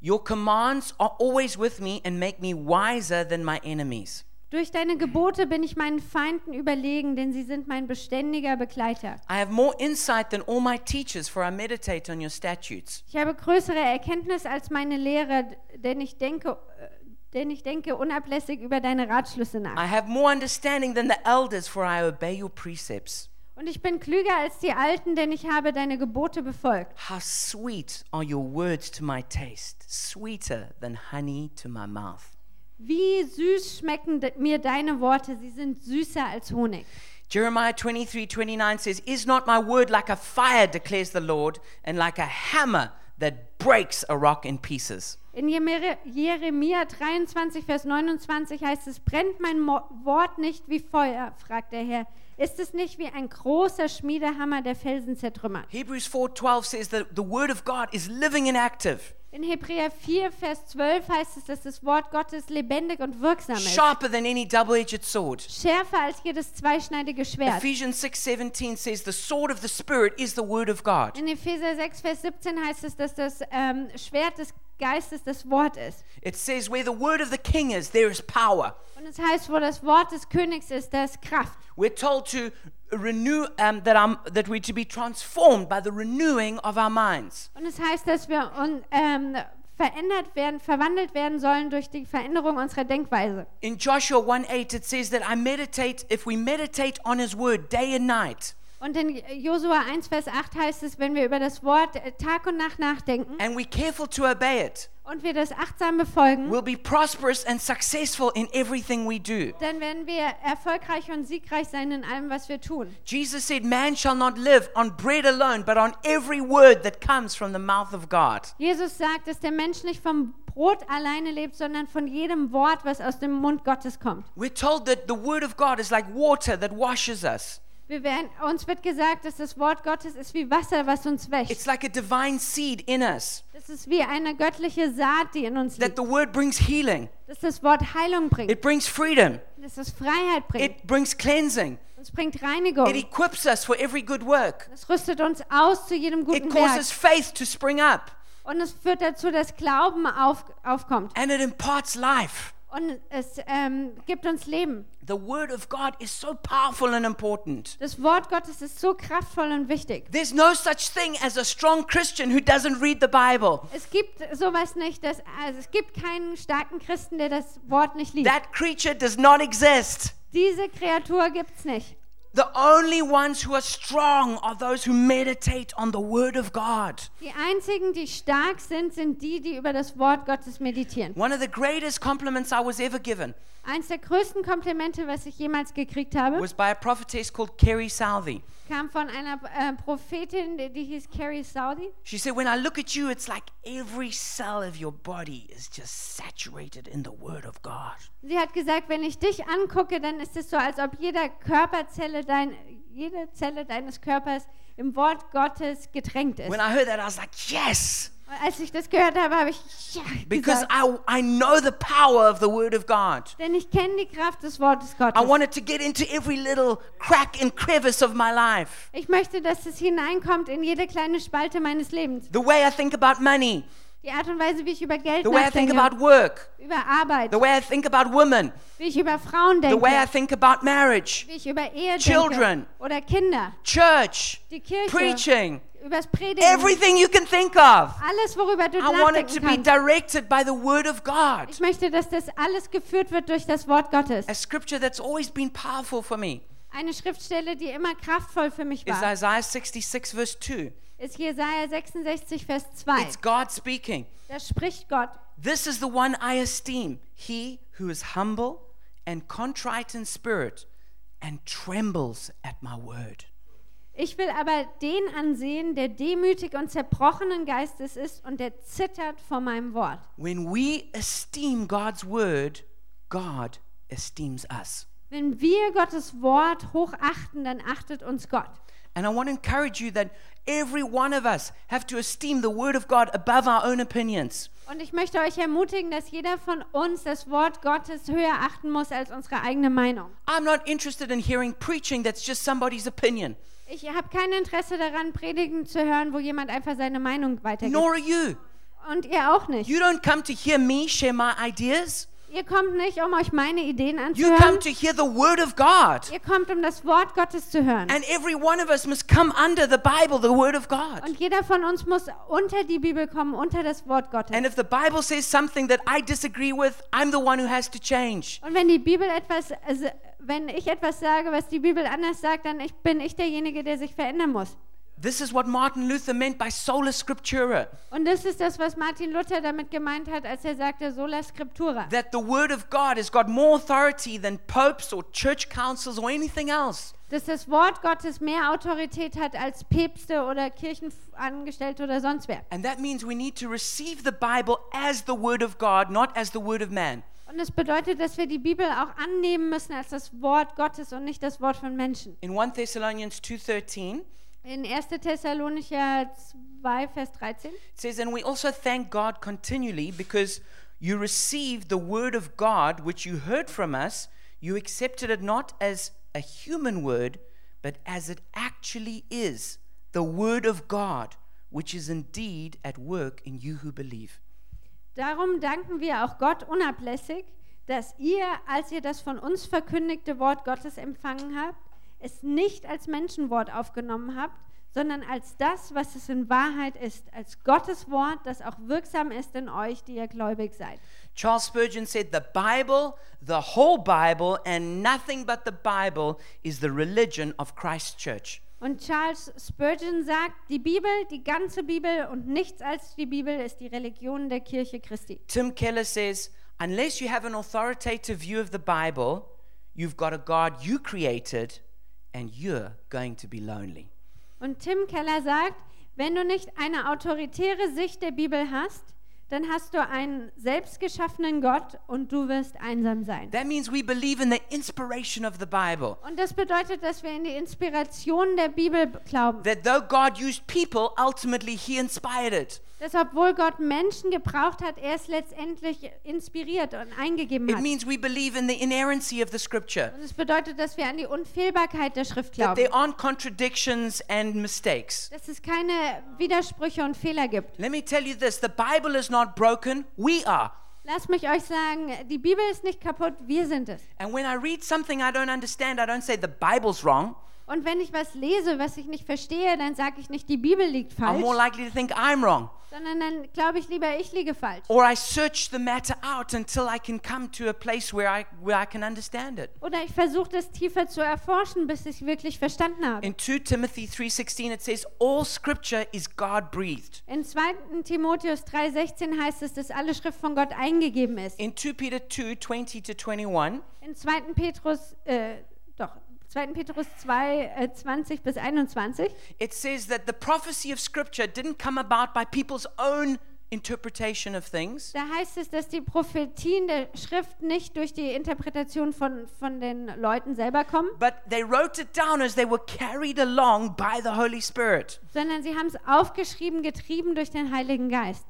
S1: Your commands are always with me and make me wiser than my enemies.
S2: Durch deine Gebote bin ich meinen Feinden überlegen, denn sie sind mein beständiger Begleiter.
S1: I have more insight than all my teachers, for I meditate on your statutes.
S2: Ich habe größere Erkenntnis als meine Lehrer, denn ich denke, äh, denn ich denke unablässig über deine Ratschlüsse nach.
S1: I have more understanding than the elders, for I obey your precepts.
S2: Und ich bin klüger als die Alten, denn ich habe deine Gebote befolgt.
S1: How sweet are your words to my taste, sweeter than honey to my mouth.
S2: Wie süß schmecken de mir deine Worte, sie sind süßer als Honig.
S1: Jeremiah 23 29 says, Is not my word like a fire, declares the Lord, and like a hammer that breaks a rock in pieces?
S2: In Jemere- Jeremia 23, Vers 29 heißt es, brennt mein Mo Wort nicht wie Feuer, fragt der Herr. Ist es nicht wie ein großer Schmiedehammer, der Felsen zertrümmert?
S1: Hebrews 4 12 says that the word of God is living and active,
S2: In Hebräer 4, Vers 12 heißt es, dass das Wort Gottes lebendig und wirksam ist.
S1: sharper than any double edged sword.
S2: Schärfer als jedes zweischneidige Schwert.
S1: Ephesians 6:17 says the sword of the spirit is the word of God.
S2: In Epheser 6, Vers 17 heißt es, dass das ähm, Schwert des Geistes das Wort ist.
S1: It says where the word of the king is there is power.
S2: Und es heißt, wo das Wort des Königs ist, da ist Kraft.
S1: We're told to renew um, that, um, that we're to be transformed by the renewing of our minds.
S2: Und es heißt, dass wir un, ähm, verändert werden, verwandelt werden sollen durch die Veränderung unserer Denkweise.
S1: In Joshua 1:8 it says that I meditate if we meditate on his word day and night
S2: Und in Josua 1, Vers 8 heißt es, wenn wir über das Wort äh, Tag und Nacht nachdenken
S1: and we're careful to obey it
S2: und wir das achtsam befolgen,
S1: we'll be prosperous and successful in everything we do.
S2: dann werden wir erfolgreich und siegreich sein in allem, was wir tun.
S1: Jesus said, Man shall not live on bread alone, but on every word that comes from the mouth of God.
S2: Jesus sagt, dass der Mensch nicht vom Brot alleine lebt, sondern von jedem Wort, was aus dem Mund Gottes kommt.
S1: We're told that the word of God is like water that washes us.
S2: Wir werden, uns wird gesagt, dass das Wort Gottes ist wie Wasser, was uns wäscht.
S1: It's like a divine seed in us.
S2: Das ist wie eine göttliche Saat, die in uns
S1: That
S2: liegt.
S1: the word brings healing,
S2: Dass das Wort Heilung bringt,
S1: it brings freedom,
S2: dass es Freiheit bringt,
S1: it brings cleansing,
S2: es bringt
S1: it
S2: Reinigung.
S1: equips us for every good work,
S2: Es rüstet uns aus zu jedem
S1: it
S2: guten Werk.
S1: causes faith to spring up,
S2: Und es führt dazu, dass Glauben auf, aufkommt.
S1: and it imparts life.
S2: Und es ähm, gibt uns Leben.
S1: The word of God is so powerful and important.
S2: Das Wort Gottes ist so kraftvoll und wichtig.
S1: There's no such thing as a strong Christian who doesn't read the Bible.
S2: Es gibt sowas nicht, dass, also es gibt keinen starken Christen, der das Wort nicht liest.
S1: That creature does not exist.
S2: Diese Kreatur gibt's nicht.
S1: The only ones who are strong are those who meditate on the Word of God.
S2: Die einzigen, die stark sind, sind die, die über das Wort Gottes meditieren.
S1: One of the greatest compliments I was ever given
S2: Eins der größten Komplimente, was ich jemals gekriegt habe,
S1: was by a prophetess called Kerry Southey.
S2: kam von einer äh, Prophetin, die, die hieß Carrie Saudi.
S1: She said, When I look at you, it's like every cell of your body is just saturated in the Word of God.
S2: Sie hat gesagt, wenn ich dich angucke, dann ist es so, als ob jeder Körperzelle dein, jede Zelle deines Körpers im Wort Gottes getränkt ist.
S1: When I heard that, I was like, Yes,
S2: Und als ich das gehört habe, habe ich ja
S1: because
S2: gesagt.
S1: I, I know the power of the Word of God.
S2: Denn ich kenne die Kraft des Wortes
S1: I
S2: Gottes.
S1: wanted to get into every little crack and crevice of my life.
S2: Ich möchte, dass es hineinkommt in jede kleine Spalte meines Lebens.
S1: The way I think about money,
S2: Die Art und Weise, wie ich über Geld
S1: the way I think
S2: nachdenke,
S1: about work,
S2: über Arbeit,
S1: the way I think about women,
S2: wie ich über Frauen
S1: the way I
S2: denke,
S1: think about marriage,
S2: wie ich über Ehe
S1: Children.
S2: denke oder Kinder,
S1: church,
S2: die Kirche,
S1: preaching,
S2: übers Predigen,
S1: everything you can think of.
S2: alles, worüber du
S1: I want it to be
S2: nachdenken kannst.
S1: directed by the Word of God,
S2: Ich möchte, dass das alles geführt wird durch das Wort Gottes.
S1: a scripture that's always been powerful for me.
S2: Eine Schriftstelle, die immer kraftvoll für mich
S1: Is
S2: war,
S1: Isaiah 66, verse 2.
S2: ist Jesaja 66, Vers 2.
S1: It's God speaking.
S2: Da spricht Gott.
S1: This is the one I esteem, he who is humble and contrite in spirit and trembles at my word.
S2: Ich will aber den ansehen, der demütig und zerbrochenen Geistes ist und der zittert vor meinem Wort.
S1: When we esteem God's word, God esteems us.
S2: Wenn wir Gottes Wort hochachten, dann achtet uns Gott.
S1: And I want to encourage you that every one of us have to esteem the word of God above our own opinions.
S2: Und ich möchte euch ermutigen, dass jeder von uns das Wort Gottes höher achten muss als unsere eigene Meinung.
S1: I'm not interested in hearing preaching that's just somebody's opinion,
S2: Ich habe kein Interesse daran, Predigen zu hören, wo jemand einfach seine Meinung weitergibt.
S1: nor are you.
S2: Und ihr auch nicht.
S1: You don't come to hear me share my ideas.
S2: Ihr kommt nicht, um euch meine Ideen
S1: You come
S2: anzuhören.
S1: to hear the word of God.
S2: Ihr kommt, um das Wort Gottes zu hören.
S1: And every one of us must come under the Bible, the Word of God.
S2: Und jeder von uns muss unter die Bibel kommen, unter das Wort Gottes.
S1: And if the Bible says something that I disagree with, I'm the one who has to change.
S2: Und wenn die Bibel etwas, also wenn ich etwas sage, was die Bibel anders sagt, dann ich, bin ich derjenige, der sich verändern muss.
S1: This is what Martin Luther meant by sola scriptura
S2: Und das ist das, was Martin Luther damit gemeint hat, als er sagte sola scriptura,
S1: that the Word of God has got more authority than popes or church councils or anything else.
S2: dass das Wort Gottes mehr Autorität hat als Päpste oder Kirchenangestellte oder sonst wer.
S1: And that means we need to receive the Bible as the Word of God, not as the Word of man.
S2: Und es bedeutet, dass wir die Bibel auch annehmen müssen als das Wort Gottes und nicht das Wort von Menschen.
S1: In 1 Thessalonians 2:13, it
S2: In 1. Thessalonicher 2, Vers 13.
S1: says, "And we also thank God continually because you received the word of God which you heard from us. You accepted it not as a human word, but as it actually is, the word of God, which is indeed at work in you who believe."
S2: Darum danken wir auch Gott unablässig, dass ihr, als ihr das von uns verkündigte Wort Gottes empfangen habt, es nicht als Menschenwort aufgenommen habt, sondern als das, was es in Wahrheit ist, als Gottes Wort, das auch wirksam ist in euch, die ihr gläubig seid.
S1: Charles Spurgeon said, The Bible, the whole Bible, and nothing but the Bible is the religion of Christ's church.
S2: Und Charles Spurgeon sagt, die Bibel, die ganze Bibel und nichts als die Bibel ist die Religion der Kirche Christi.
S1: Tim Keller says, unless you have an authoritative view of the Bible, you've got a God you created and you're going to be lonely.
S2: Und Tim Keller sagt, wenn du nicht eine autoritäre Sicht der Bibel hast, dann hast du einen selbstgeschaffenen Gott und du wirst einsam sein.
S1: That means we believe in the inspiration of the Bible.
S2: Und das bedeutet, dass wir in die Inspiration der Bibel b- glauben.
S1: That though God used people, ultimately He inspired it.
S2: Dass obwohl Gott Menschen gebraucht hat, er es letztendlich inspiriert und eingegeben
S1: It
S2: hat.
S1: means we believe in the inerrancy of the Scripture.
S2: Und es bedeutet, dass wir an die Unfehlbarkeit der Schrift
S1: That
S2: glauben.
S1: there aren't contradictions and mistakes.
S2: Dass es keine Widersprüche und Fehler gibt.
S1: Let me tell you this the Bible is not broken, we are.
S2: Lasst mich euch sagen, die Bibel ist nicht kaputt, wir sind es.
S1: And when I read something I don't understand, I don't say the Bible's wrong.
S2: Und wenn ich was lese, was ich nicht verstehe, dann sage ich nicht, die Bibel liegt
S1: I'm
S2: falsch,
S1: more likely to think I'm wrong.
S2: sondern dann glaube ich lieber, ich liege falsch.
S1: Or I search the matter out until I can come to a place where I, where I can understand it.
S2: Oder ich versuche das tiefer zu erforschen, bis ich wirklich verstanden habe.
S1: In 2 Timothy 3:16 it says all scripture is God-breathed.
S2: In 2. Timotheus 3,16 heißt es, dass alle Schrift von Gott eingegeben ist.
S1: In 2 Peter 2:20 to 21
S2: In 2. Petrus, äh, doch, 2. Petrus 2, äh, 20 bis 21
S1: it says that the prophecy of scripture didn't come about by people's own interpretation of things,
S2: Da heißt es, dass die Prophetien der Schrift nicht durch die Interpretation von, von den Leuten selber kommen,
S1: but they wrote it down as they were carried along by the Holy Spirit.
S2: sondern sie haben es aufgeschrieben, getrieben durch den Heiligen Geist.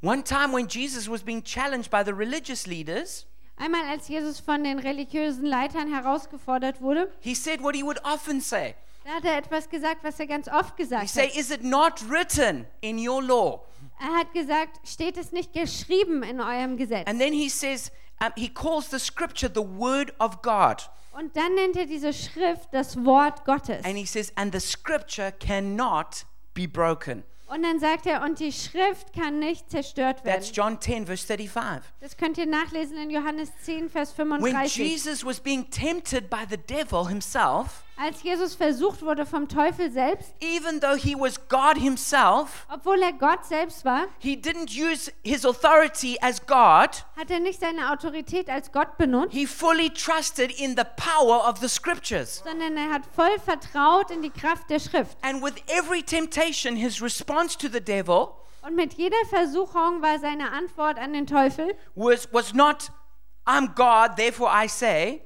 S1: One time when Jesus was being challenged by the religious leaders,
S2: Einmal, als Jesus von den religiösen Leitern herausgefordert wurde,
S1: he said what he would often say.
S2: da hat er etwas gesagt, was er ganz oft
S1: He
S2: gesagt
S1: say,
S2: hat.
S1: "Is it not written in your law?"
S2: Er hat gesagt, steht es nicht geschrieben in eurem Gesetz?
S1: And then he says um, he calls the scripture the word of God.
S2: Und dann nennt er diese Schrift das Wort Gottes.
S1: And he says, and the scripture cannot be broken.
S2: Und dann sagt er, und die Schrift kann nicht zerstört
S1: That's
S2: werden.
S1: John 10, verse 35.
S2: Das könnt ihr nachlesen in Johannes 10, Vers
S1: When
S2: 35.
S1: Jesus was being tempted by the devil himself,
S2: Als Jesus versucht wurde vom Teufel selbst,
S1: even though he was God himself,
S2: obwohl er Gott selbst war,
S1: he didn't use his authority as God.
S2: hat er nicht seine Autorität als Gott benutzt,
S1: He fully trusted in the power of the scriptures.
S2: sondern er hat voll vertraut in die Kraft der Schrift.
S1: And with every temptation, his response to the devil
S2: Und mit jeder Versuchung war seine Antwort an den Teufel
S1: was, was not, I'm God, therefore I say.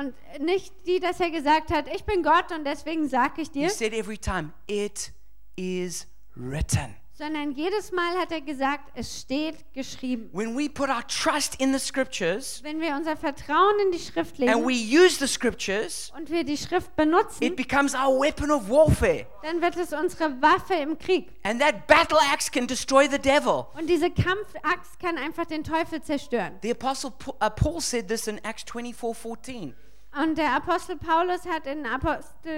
S2: und nicht die, dass er gesagt hat, ich bin Gott und deswegen sage ich
S1: He
S2: dir,
S1: said every time, It is written.
S2: sondern jedes Mal hat er gesagt, es steht geschrieben.
S1: When we put our trust in the scriptures
S2: Wenn wir unser Vertrauen in die Schrift
S1: and
S2: legen
S1: we use the scriptures,
S2: und wir die Schrift
S1: it
S2: benutzen,
S1: becomes our weapon of warfare.
S2: dann wird es unsere Waffe im Krieg.
S1: And that battle axe can destroy the devil.
S2: Und diese Kampfaxt kann einfach den Teufel zerstören.
S1: The apostle Pa- uh, Paul said this in Acts 24:14.
S2: Und der Apostel Paulus hat in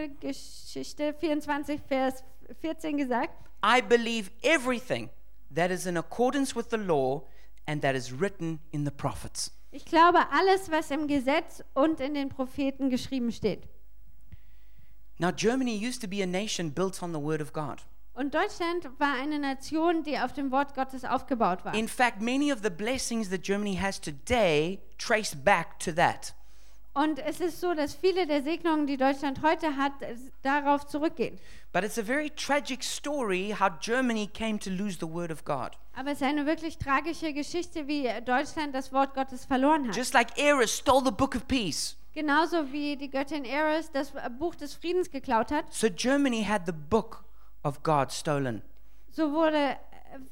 S2: Apostelgeschichte 24, Vers 14 gesagt,
S1: I believe everything that is in accordance with the law and that is written in the prophets.
S2: ich glaube alles, was im Gesetz und in den Propheten geschrieben steht.
S1: Now Germany used to be a nation built on the word of God.
S2: Und Deutschland war eine Nation, die auf dem Wort Gottes aufgebaut war.
S1: In fact, many of the blessings that Germany has today trace back to that.
S2: Und es ist so, dass viele der Segnungen, die Deutschland heute hat, es- darauf zurückgehen.
S1: But it's a very tragic story how Germany came to lose the word of God.
S2: Aber es ist eine wirklich tragische Geschichte, wie Deutschland das Wort Gottes verloren hat.
S1: Just like Eris stole the book of peace.
S2: Genauso wie die Göttin Eris das Buch des Friedens geklaut hat,
S1: So Germany had the book of God stolen.
S2: so wurde äh,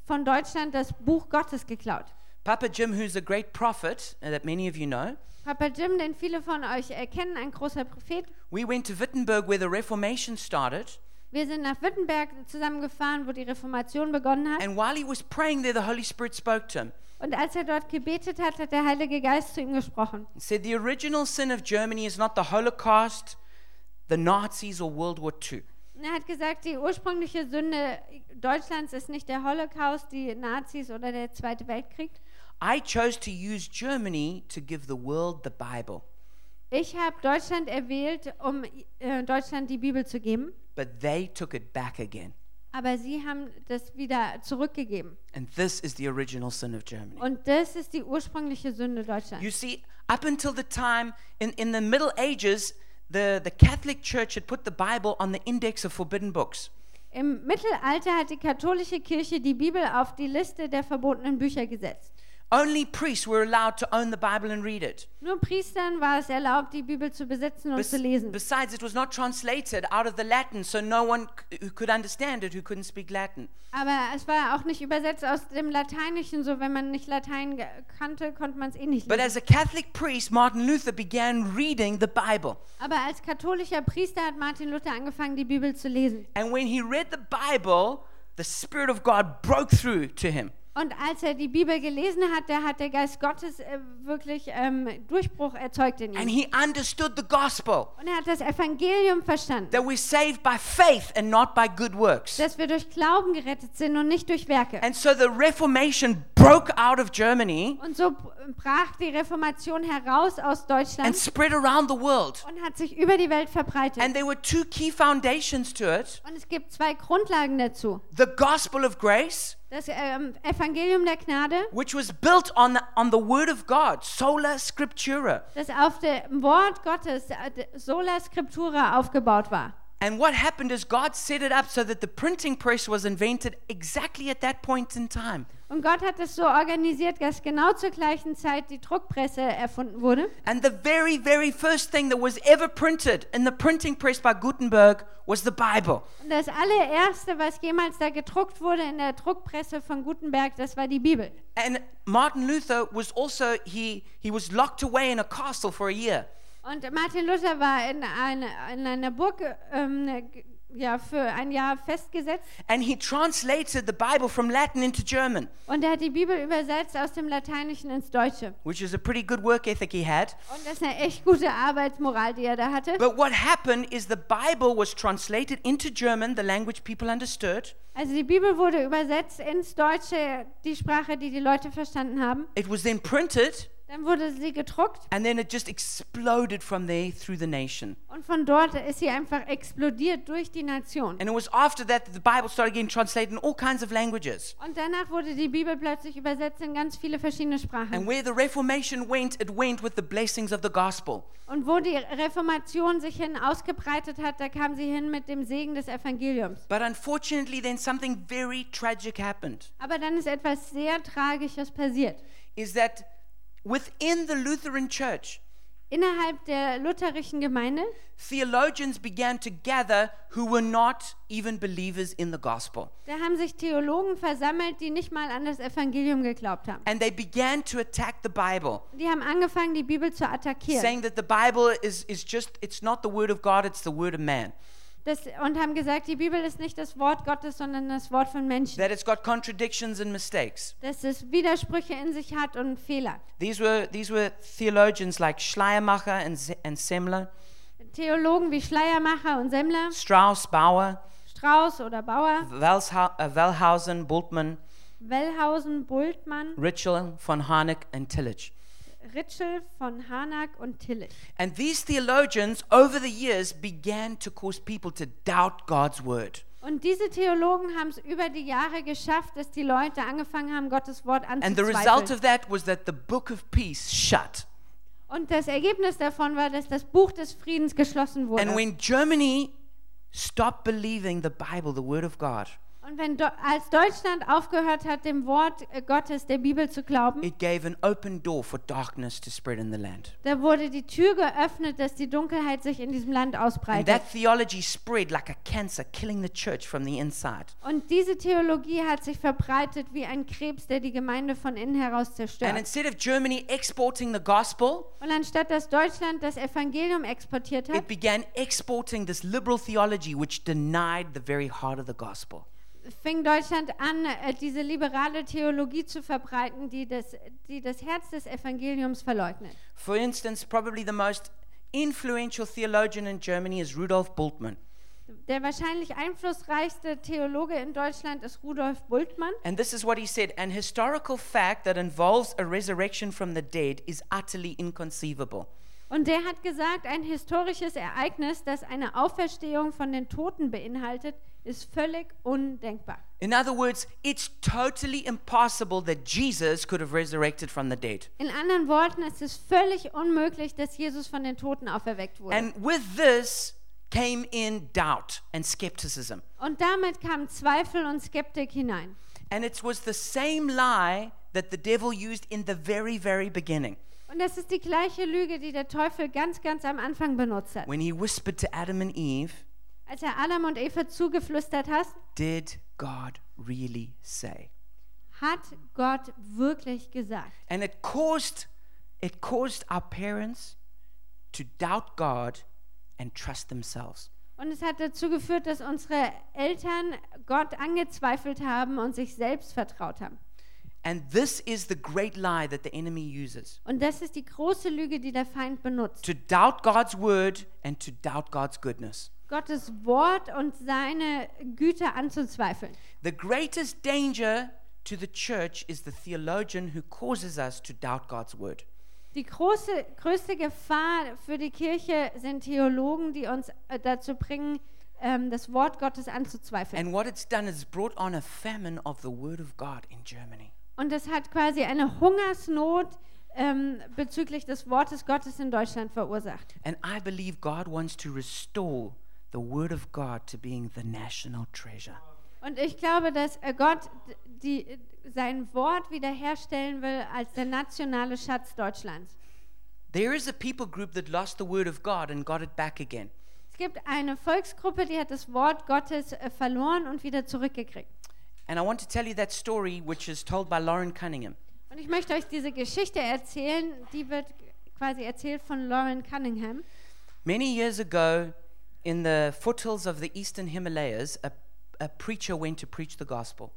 S2: von Deutschland das Buch Gottes geklaut.
S1: Papa Jim, who's a great prophet uh, that many of you know,
S2: Papa Jim, den viele von euch erkennen, ein großer Prophet.
S1: we went to Wittenberg where the Reformation started.
S2: Wir sind nach Württemberg zusammengefahren, wo die Reformation begonnen hat.
S1: And while he was praying there, the Holy Spirit spoke to him
S2: Und als er dort gebetet hat, hat der Heilige Geist zu ihm gesprochen.
S1: and said, The original sin of Germany is not the Holocaust, the Nazis, or World War II.
S2: Und er hat gesagt, die ursprüngliche Sünde Deutschlands ist nicht der Holocaust, die Nazis oder der Zweite Weltkrieg.
S1: I chose to use Germany to give the world the Bible.
S2: Ich habe Deutschland erwählt, um äh, Deutschland die Bibel zu geben,
S1: but they took it back again.
S2: aber sie haben das wieder zurückgegeben.
S1: And this is the original sin of Germany.
S2: Und das ist die ursprüngliche Sünde Deutschlands.
S1: You see, up until the time in, in the Middle Ages, the, the Catholic Church had put the Bible on the index of forbidden books.
S2: Im Mittelalter hat die katholische Kirche die Bibel auf die Liste der verbotenen Bücher gesetzt.
S1: Only priests were allowed to own the Bible and read it.
S2: Nur Priestern war es erlaubt, die Bibel zu besitzen und
S1: Bes-
S2: zu lesen.
S1: besides, it was not translated out of the Latin, so no one c- who could understand it who couldn't speak Latin.
S2: Aber es war auch nicht übersetzt aus dem Lateinischen, so wenn man nicht Latein ge- kannte, konnte man es eh nicht
S1: But
S2: lesen.
S1: as a Catholic priest, Martin Luther began reading the Bible.
S2: Aber als katholischer Priester hat Martin Luther angefangen, die Bibel zu lesen.
S1: And when he read the Bible, the Spirit of God broke through to him.
S2: Und als er die Bibel gelesen hat, da hat der Geist Gottes äh, wirklich ähm, Durchbruch erzeugt in
S1: And
S2: ihm.
S1: he understood the gospel
S2: Und er hat das Evangelium verstanden,
S1: that we're saved by faith and not by good works.
S2: dass wir durch Glauben gerettet sind und nicht durch Werke.
S1: And so the Reformation broke out of Germany
S2: Und so b- brach die Reformation heraus
S1: and
S2: aus Deutschland
S1: spread around the world.
S2: und hat sich über die Welt verbreitet.
S1: And there were two key foundations to it
S2: Und es gibt zwei Grundlagen dazu.
S1: the gospel of grace,
S2: Das ähm, Evangelium der Gnade,
S1: which was built on the, on the word of God, sola scriptura.
S2: das auf dem Wort Gottes, äh, d- sola scriptura, aufgebaut war.
S1: And what happened is God set it up so that the printing press was invented exactly at that point in time.
S2: Und Gott hat es so organisiert, dass genau zur gleichen Zeit die Druckpresse erfunden wurde.
S1: And the very, very first thing that was ever printed in the printing press by Gutenberg was the Bible.
S2: Und das allererste, was jemals da gedruckt wurde in der Druckpresse von Gutenberg, das war die Bibel.
S1: And Martin Luther was also, he, he was locked away in a castle for a year.
S2: Und Martin Luther war in, eine, in einer Burg ähm, g- ja, für ein Jahr festgesetzt
S1: And he translated the Bible from Latin into German,
S2: und er hat die Bibel übersetzt aus dem Lateinischen ins Deutsche.
S1: which is a pretty good work ethic he had.
S2: Und das ist eine echt gute Arbeitsmoral, die er da hatte.
S1: But what happened is the Bible was translated into German, the language people understood.
S2: Also die Bibel wurde übersetzt ins Deutsche, die Sprache, die die Leute verstanden haben.
S1: It was then printed,
S2: Dann wurde sie gedruckt
S1: and then it just exploded from there through the nation.
S2: und von dort ist sie einfach explodiert durch die Nation.
S1: And it was after that that the Bible started getting translated in all kinds of languages.
S2: Und danach wurde die Bibel plötzlich übersetzt in ganz viele verschiedene
S1: And
S2: Sprachen.
S1: where the Reformation went, it went with the blessings of the gospel.
S2: Und wo die Reformation sich hin ausgebreitet hat, da kam sie hin mit dem Segen des Evangeliums.
S1: But unfortunately, then something very tragic happened
S2: Aber dann ist etwas sehr Tragisches passiert.
S1: is that within the Lutheran church,
S2: Innerhalb der lutherischen Gemeinde
S1: theologians began to gather who were not even believers in the gospel.
S2: Da haben sich Theologen versammelt, die nicht mal an das Evangelium geglaubt haben.
S1: And they began to attack the Bible,
S2: Die haben angefangen, die Bibel zu attackieren.
S1: saying that the Bible is, is just, it's not the word of God, it's the word of man.
S2: Das, und haben gesagt, die Bibel ist nicht das Wort Gottes, sondern das Wort von Menschen.
S1: That it's got contradictions and mistakes.
S2: Dass es Widersprüche in sich hat und Fehler.
S1: These were, these were theologians like Schleiermacher and, Z- and Semler,
S2: Theologen wie Schleiermacher und Semmler,
S1: Strauss, Bauer,
S2: Strauß oder Bauer,
S1: Wellshau- uh, Wellhausen, Bultmann,
S2: Wellhausen, Bultmann,
S1: Ritschel, von Harnack, and Tillich.
S2: Ritschel von Harnack und Tillich.
S1: And these theologians, over the years, began to cause people to doubt God's word.
S2: Und diese Theologen haben es über die Jahre geschafft, dass die Leute angefangen haben, Gottes Wort
S1: And the result
S2: anzuzweifeln.
S1: of that was that the book of peace shut.
S2: Und das Ergebnis davon war, dass das Buch des Friedens geschlossen wurde.
S1: And when Germany stopped believing the Bible, the word of God,
S2: Und wenn Do als Deutschland aufgehört hat, dem Wort äh, Gottes, der Bibel zu glauben,
S1: it gave an open door for darkness to spread in the land.
S2: da wurde die Tür geöffnet, dass die Dunkelheit sich in diesem Land
S1: And
S2: ausbreitet.
S1: that theology spread like a cancer, killing the church from the inside.
S2: Und diese Theologie hat sich verbreitet wie ein Krebs, der die Gemeinde von innen heraus
S1: And
S2: zerstört.
S1: instead of Germany exporting the gospel,
S2: Und anstatt dass Deutschland das Evangelium exportiert hat,
S1: it began exporting this liberal theology which denied the very heart of the gospel.
S2: fing Deutschland an, äh, diese liberale Theologie zu verbreiten, die das, die das Herz des Evangeliums verleugnet.
S1: For instance, probably the most influential theologian in Germany is Rudolf Bultmann.
S2: Der wahrscheinlich einflussreichste Theologe in Deutschland ist Rudolf Bultmann.
S1: And this is what he said An historical fact that involves a resurrection from the dead is utterly inconceivable.
S2: Und der hat gesagt, ein historisches Ereignis, das eine Auferstehung von den Toten beinhaltet, ist völlig undenkbar.
S1: In other words, it's totally impossible that Jesus could have resurrected from the dead.
S2: In anderen Worten, es ist völlig unmöglich, dass Jesus von den Toten auferweckt wurde.
S1: And with this came in doubt and skepticism.
S2: Und damit kamen Zweifel und Skeptik hinein.
S1: And it was the same lie that the devil used in the very, very beginning
S2: Und das ist die gleiche Lüge, die der Teufel ganz, ganz am Anfang benutzt hat.
S1: when he whispered to Adam and Eve,
S2: Als er Adam und Eva zugeflüstert hat,
S1: Did God really say?
S2: hat Gott wirklich gesagt.
S1: And it caused, it caused our parents to doubt God and trust themselves.
S2: Und es hat dazu geführt, dass unsere Eltern Gott angezweifelt haben und sich selbst vertraut haben.
S1: And this is the great lie that the enemy uses
S2: Und das ist die große Lüge, die der Feind benutzt.
S1: to doubt God's word and to doubt God's goodness.
S2: Gottes Wort und seine Güte anzuzweifeln.
S1: The greatest danger to the church is the theologian who causes us to doubt God's word.
S2: Die große, größte Gefahr für die Kirche sind Theologen, die uns äh, dazu bringen, ähm, das Wort Gottes anzuzweifeln.
S1: And what it's done is brought on a famine of the word of God in Germany.
S2: Und das hat quasi eine Hungersnot ähm, bezüglich des Wortes Gottes in Deutschland verursacht.
S1: And I believe God wants to restore the Word of God to being the national treasure.
S2: Und ich glaube, dass äh, Gott die, sein Wort wiederherstellen will als der nationale Schatz Deutschlands.
S1: There is a people group that lost the Word of God and got it back again.
S2: Es gibt eine Volksgruppe, die hat das Wort Gottes äh, verloren und wieder zurückgekriegt.
S1: And I want to tell you that story, which is told by Lauren Cunningham.
S2: Und ich möchte euch diese Geschichte erzählen, die wird quasi erzählt von Lauren Cunningham.
S1: Many years ago, in the foothills of the eastern Himalayas, a, a preacher went to preach the gospel.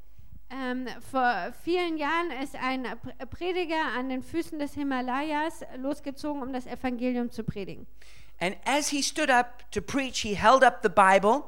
S2: Ähm, vor vielen Jahren ist ein Pr- Prediger an den Füßen des Himalayas losgezogen, um das Evangelium zu predigen.
S1: And as he stood up to preach, he held up the Bible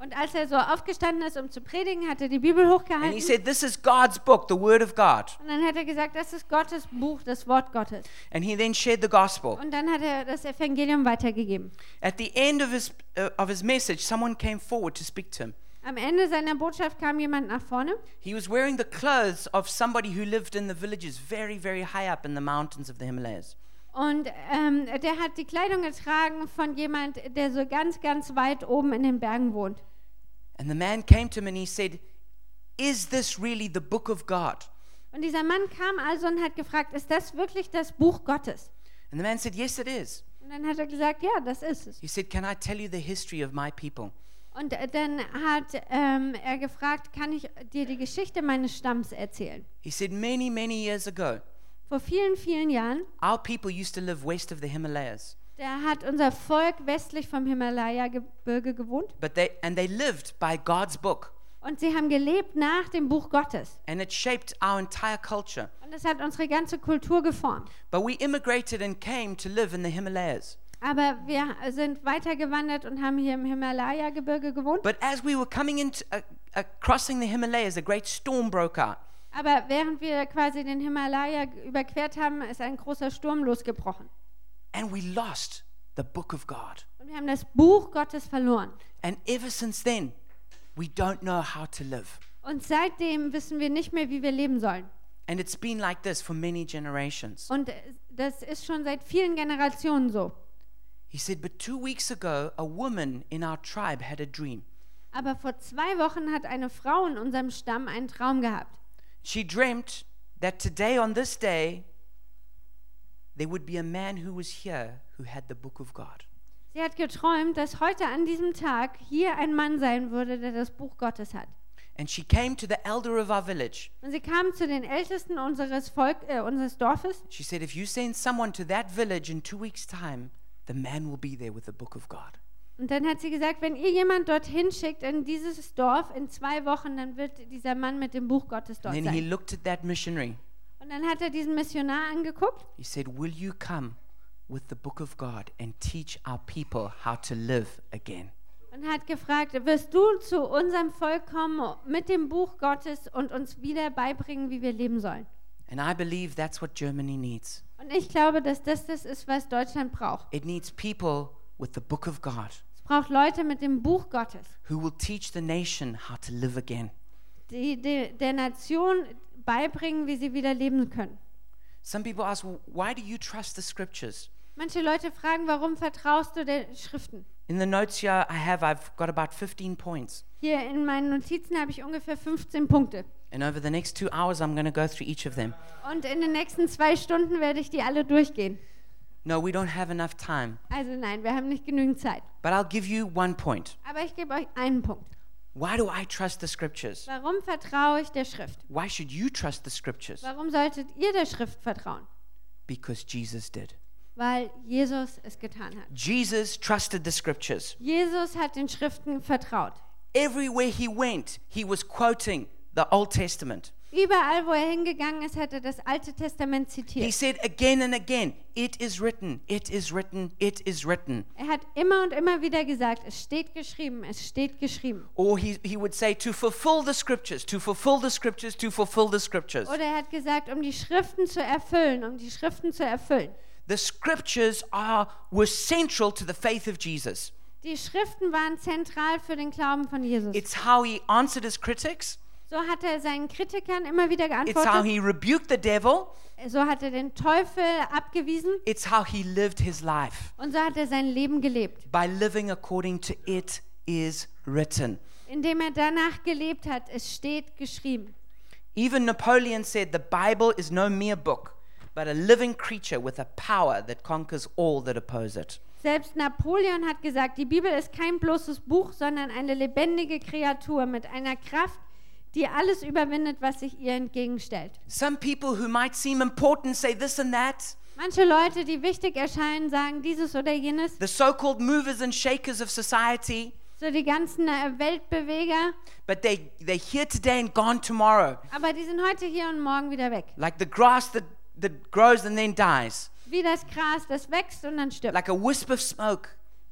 S2: Und als er so aufgestanden ist, um zu predigen, hat er die Bibel
S1: and he
S2: hochgehalten.
S1: said, This is God's book, the Word of God.
S2: Und dann hat er gesagt, das ist Gottes Buch, das Wort Gottes.
S1: And he then shared the gospel.
S2: Und dann hat er das Evangelium weitergegeben.
S1: At the end of his, uh, of his message, someone came forward to speak to him.
S2: Am Ende seiner Botschaft kam jemand nach vorne
S1: He was wearing the clothes of somebody who lived in the villages very, very high up in the mountains of the Himalayas.
S2: und ähm, der hat die Kleidung getragen von jemand, der so ganz, ganz weit oben in den Bergen wohnt.
S1: And the man came to him and he said, Is this really the book of God?
S2: Und dieser Mann kam also und hat gefragt, ist das wirklich das Buch Gottes?
S1: And the man said, Yes, it is.
S2: Und dann hat er gesagt, ja, das ist es.
S1: He said, Can I tell you the history of my people?
S2: Und äh, dann hat ähm, er gefragt, kann ich dir die Geschichte meines Stamms erzählen?
S1: He said, Many, many years ago,
S2: Vor vielen, vielen Jahren,
S1: our people used to live west of the Himalayas,
S2: da hat unser Volk westlich vom Himalaya-Gebirge gewohnt
S1: but they, and they lived by God's book.
S2: und sie haben gelebt nach dem Buch Gottes.
S1: And it shaped our entire culture.
S2: Und das hat unsere ganze Kultur geformt.
S1: But we immigrated and came to live in the Himalayas.
S2: Aber wir sind weitergewandert und haben hier im Himalaya-Gebirge gewohnt.
S1: But as we were coming into uh, uh, crossing the Himalayas, a great storm broke out,
S2: Aber während wir quasi den Himalaya g- überquert haben, ist ein großer Sturm losgebrochen.
S1: and we lost the Book of God.
S2: Und wir haben das Buch Gottes verloren.
S1: And ever since then, we don't know how to live.
S2: Und seitdem wissen wir nicht mehr, wie wir leben sollen.
S1: And it's been like this for many generations.
S2: Und äh, das ist schon seit vielen Generationen so.
S1: He said, But two weeks ago, a woman in our tribe had a dream.
S2: Aber vor zwei Wochen hat eine Frau in unserem Stamm einen Traum gehabt.
S1: She dreamt that today, on this day, there would be a man who was here who had the Book of God.
S2: Sie hat geträumt, dass heute an diesem Tag hier ein Mann sein würde, der das Buch Gottes hat.
S1: And she came to the elder of our village.
S2: Und sie kam zu den Ältesten unseres, Volk, äh, unseres Dorfes
S1: She said, If you send someone to that village in two weeks' time, the man will be there with the book of God.
S2: und dann hat sie gesagt, wenn ihr jemand dorthin schickt in dieses Dorf in zwei Wochen, dann wird dieser Mann mit dem Buch Gottes dort
S1: And then he
S2: sein.
S1: looked at that missionary.
S2: Und dann hat er diesen Missionar angeguckt
S1: He said, Will you come with the book of God and teach our people how to live again?
S2: und hat gefragt, wirst du zu unserem Volk kommen mit dem Buch Gottes und uns wieder beibringen, wie wir leben sollen?
S1: And I believe that's what Germany needs.
S2: Und ich glaube, dass das das ist, was Deutschland braucht.
S1: It needs people with the book of God
S2: Es braucht Leute mit dem Buch Gottes,
S1: who will teach the nation how to live again.
S2: die, die der Nation beibringen, wie sie wieder leben können.
S1: Some people ask, "Well, why do you trust the scriptures?
S2: Manche Leute fragen, warum vertraust du den Schriften?
S1: In the notes here I have, I've got about 15 points.
S2: Hier in meinen Notizen habe ich ungefähr 15 Punkte.
S1: And over the next two hours, I'm going to go through each of them.
S2: Und in den nächsten zwei Stunden werde ich die alle durchgehen.
S1: No, we don't have enough time,
S2: Also nein, wir haben nicht genügend Zeit.
S1: but I'll give you one point.
S2: Aber ich gebe euch einen Punkt.
S1: Why do I trust the scriptures?
S2: Warum vertraue ich der Schrift?
S1: Why should you trust the scriptures?
S2: Warum solltet ihr der Schrift vertrauen?
S1: Because Jesus did.
S2: Weil Jesus es getan hat.
S1: Jesus trusted the scriptures.
S2: Jesus hat den Schriften vertraut.
S1: Everywhere he went, he was quoting the Old Testament.
S2: Überall, wo er hingegangen ist, hat er das Alte Testament
S1: He
S2: zitiert.
S1: said again and again, It is written, it is written, it is written.
S2: Er hat immer und immer wieder gesagt, es steht geschrieben, es steht geschrieben.
S1: Or he, he would say, To fulfill the scriptures, to fulfill the scriptures, to fulfill the scriptures.
S2: Oder er hat gesagt, um die Schriften zu erfüllen, um die Schriften zu erfüllen.
S1: The scriptures are, were central to the faith of Jesus.
S2: Die Schriften waren zentral für den Glauben von Jesus.
S1: It's how he answered his critics,
S2: So hat er seinen Kritikern immer wieder
S1: it's how
S2: geantwortet.
S1: he rebuked the devil,
S2: So hat er den Teufel abgewiesen
S1: it's how he lived his life
S2: und so hat er sein Leben gelebt,
S1: by living according to it is written.
S2: indem er danach gelebt hat. Es steht geschrieben.
S1: Even Napoleon said, The Bible is no mere book, but a living creature with a power that conquers all that oppose it.
S2: Selbst Napoleon hat gesagt, die Bibel ist kein bloßes Buch, sondern eine lebendige Kreatur mit einer Kraft, die alles überwindet, was sich ihr entgegenstellt.
S1: Some people who might seem important say this and that.
S2: Manche Leute, die wichtig erscheinen, sagen dieses oder jenes.
S1: The so called movers and shakers of society,
S2: So die ganzen äh, Weltbeweger,
S1: but they, they're here today and gone tomorrow.
S2: aber die sind heute hier und morgen wieder weg.
S1: Like the grass that, that grows and then dies,
S2: Wie das Gras, das wächst und dann stirbt.
S1: like a wisp of smoke.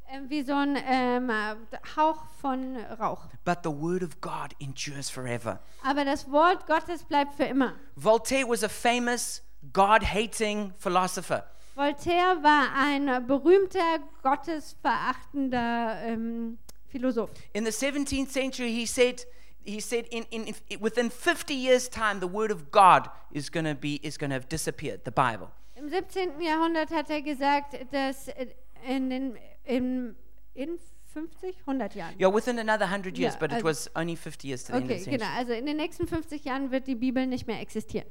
S2: Ähm, wie so ein ähm, äh, Hauch von Rauch.
S1: But the word of God endures forever.
S2: Aber das Wort Gottes bleibt für immer.
S1: Voltaire was a famous, God hating philosopher.
S2: Voltaire war ein berühmter, gottesverachtender ähm, Philosoph.
S1: In the 17th century, he said, he said in, in, in- within 50 years' time, the word of God is going to be is going to have disappeared, the Bible.
S2: Im 17. Jahrhundert hat er gesagt, dass äh, in, den, in, in 50, 100 Jahren.
S1: Yeah, within another 100 years,
S2: Yeah,
S1: but it
S2: I-
S1: was only 50 years to the end of
S2: Okay,
S1: the century.
S2: genau. Also in den nächsten 50 Jahren wird die Bibel nicht mehr existieren.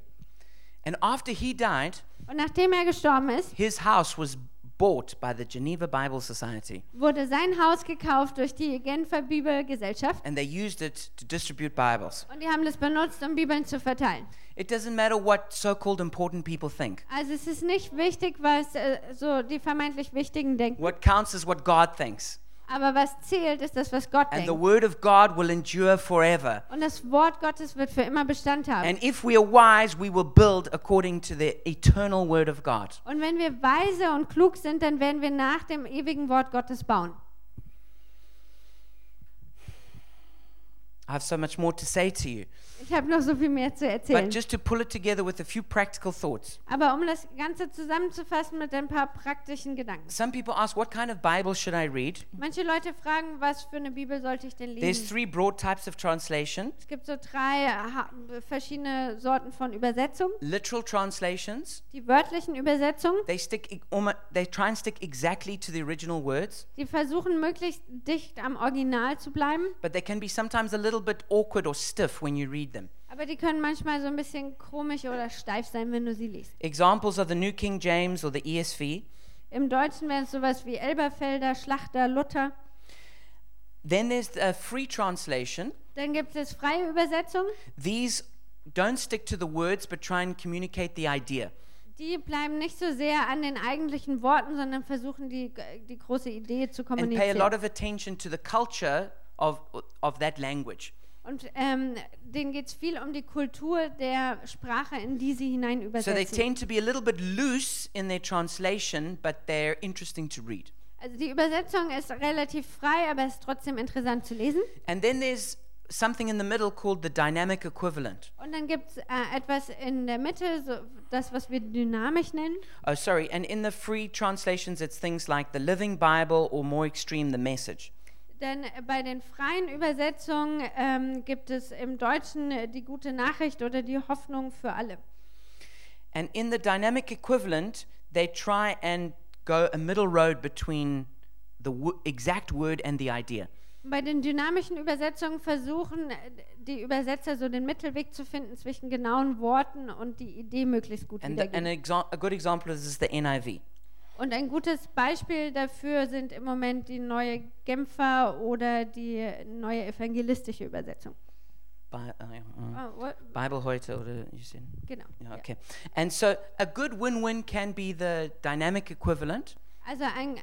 S1: And after he died,
S2: Und nachdem er gestorben ist,
S1: his house was bought by the Geneva Bible Society,
S2: wurde sein Haus gekauft durch die Genfer Bibelgesellschaft
S1: and they used it to distribute Bibles.
S2: und die haben das benutzt, um Bibeln zu verteilen.
S1: It doesn't matter what so called important people think.
S2: Also es ist nicht wichtig, was äh, so die vermeintlich Wichtigen denken,
S1: What counts is what God thinks.
S2: aber was zählt, ist das, was Gott
S1: And the
S2: denkt.
S1: word of God will endure forever.
S2: Und das Wort Gottes wird für immer Bestand haben.
S1: And if we are wise, we will build according to the eternal word of God.
S2: und wenn wir weise und klug sind, dann werden wir nach dem ewigen Wort Gottes bauen.
S1: I have so much more to say to you.
S2: Ich habe noch so viel mehr zu
S1: But
S2: erzählen.
S1: just to pull it together with a few practical thoughts.
S2: Aber um das Ganze zusammenzufassen mit ein paar praktischen Gedanken.
S1: Some people ask, what kind of Bible should I read?
S2: Manche Leute fragen, was für eine Bibel sollte ich denn
S1: There's
S2: lesen?
S1: three broad types of translation
S2: Es gibt so drei äh, ha- verschiedene Sorten von Übersetzungen.
S1: literal translations.
S2: Die wörtlichen Übersetzungen,
S1: They, stick, e- almo- they try and stick exactly to the original words,
S2: die versuchen möglichst dicht am Original zu bleiben.
S1: but they can be sometimes a little bit awkward or stiff when you read them.
S2: Aber die können manchmal so ein bisschen komisch oder steif sein, wenn du sie liest.
S1: Examples are the New King James or the E ESV.
S2: Im Deutschen wären es sowas wie Elberfelder, Schlachter, Luther.
S1: Then there's the uh, free translation.
S2: Dann gibt es freie Übersetzungen,
S1: These don't stick to the words but try and communicate the idea.
S2: die bleiben nicht so sehr an den eigentlichen Worten, sondern versuchen die, die große Idee zu
S1: and pay a lot
S2: kommunizieren.
S1: of attention to the culture of, of that language.
S2: Und ähm, denen geht es viel um die Kultur der Sprache, in die sie hinein
S1: So they
S2: übersetzen.
S1: tend to be a little bit loose in their translation, but they're interesting to read.
S2: Also die Übersetzung ist relativ frei, aber ist trotzdem interessant zu lesen.
S1: And then there's something in the middle called the dynamic equivalent.
S2: Und dann gibt es äh, etwas in der Mitte, so das, was wir dynamisch nennen.
S1: Oh, sorry. And in the free translations, it's things like the Living Bible or more extreme, the Message.
S2: Denn äh, bei den freien Übersetzungen ähm, gibt es im Deutschen äh, die gute Nachricht oder die Hoffnung für alle.
S1: And in the dynamic equivalent, they try and go a middle road between the w- exact word and the idea.
S2: Bei den dynamischen Übersetzungen versuchen äh, die Übersetzer so den Mittelweg zu finden zwischen genauen Worten und die Idee möglichst gut
S1: And, the, and
S2: wiedergeben.
S1: an exa- a good example of this is the NIV.
S2: Und ein gutes Beispiel dafür sind im Moment die neue Genfer oder die äh, neue evangelistische Übersetzung.
S1: Bi- uh, mm,
S2: Oh, what?
S1: Bible heute oder you said?
S2: Genau.
S1: Yeah,
S2: ja.
S1: okay. And so a good win-win can be the dynamic equivalent.
S2: Also ein,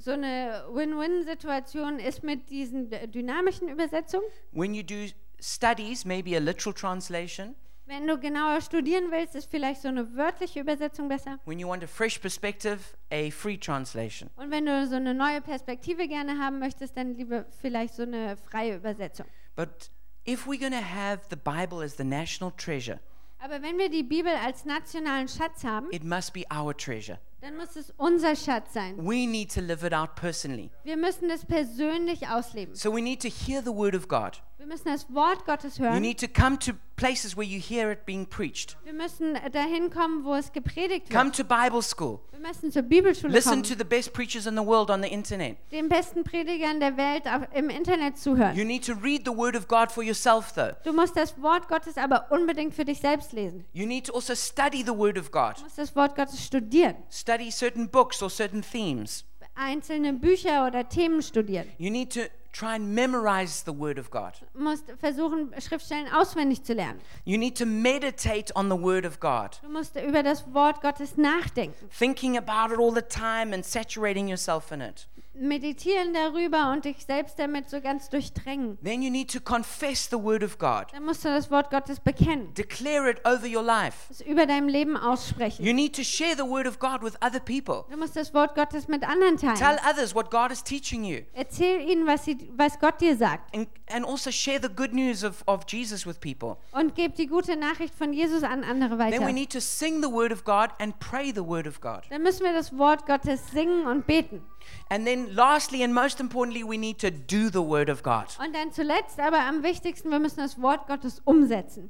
S2: so eine Win-Win-Situation ist mit diesen d- dynamischen Übersetzungen.
S1: When you do studies, maybe a literal translation.
S2: Wenn du genauer studieren willst, ist vielleicht so eine wörtliche Übersetzung besser.
S1: When you want a fresh perspective, a free translation.
S2: Und wenn du so eine neue Perspektive gerne haben möchtest, dann lieber vielleicht so eine freie Übersetzung.
S1: But if we're going to have the Bible as the national treasure,
S2: Aber wenn wir die Bibel als nationalen Schatz haben,
S1: it must be our treasure.
S2: dann muss es unser Schatz sein.
S1: We need to live it out personally.
S2: Wir müssen es persönlich ausleben.
S1: So we need to hear the word of God.
S2: Wir müssen das Wort Gottes
S1: You
S2: hören.
S1: need to come to places where you hear it being preached.
S2: Wir müssen dahin kommen, wo es gepredigt
S1: Come
S2: wird.
S1: to Bible school.
S2: Wir müssen zur Bibelschule
S1: Listen
S2: kommen,
S1: to the best preachers in the world on the internet.
S2: den besten Predigern der Welt auf, im Internet zuhören.
S1: You need to read the word of God for yourself, though.
S2: Du musst das Wort Gottes aber unbedingt für dich selbst lesen.
S1: You need to also study the word of God.
S2: Du musst das Wort Gottes studieren,
S1: Study certain books or certain themes.
S2: einzelne Bücher oder Themen studieren.
S1: You need to try and memorize the word of God.
S2: Du musst versuchen, Schriftstellen auswendig zu lernen.
S1: You need to meditate on the word of God,
S2: Du musst über das Wort Gottes nachdenken,
S1: thinking about it all the time and saturating yourself in it.
S2: meditieren darüber und dich selbst damit so ganz durchdrängen.
S1: Then you need to confess the word of God.
S2: Dann musst du das Wort Gottes bekennen,
S1: Declare it over your life.
S2: es über deinem Leben aussprechen.
S1: You need to share the word of God with other people.
S2: Du musst das Wort Gottes mit anderen
S1: Tell
S2: teilen.
S1: others what God is teaching you.
S2: Erzähl ihnen, was, sie, was Gott dir sagt.
S1: And, and also share the good news of, of Jesus with people.
S2: Und gib die gute Nachricht von Jesus an andere
S1: Then we
S2: weiter.
S1: need to sing the word of God and pray the word of God.
S2: Dann müssen wir das Wort Gottes singen und beten.
S1: And then, lastly, and most importantly, we need to do the word of God.
S2: Und dann zuletzt, aber am wichtigsten, wir müssen das Wort Gottes umsetzen.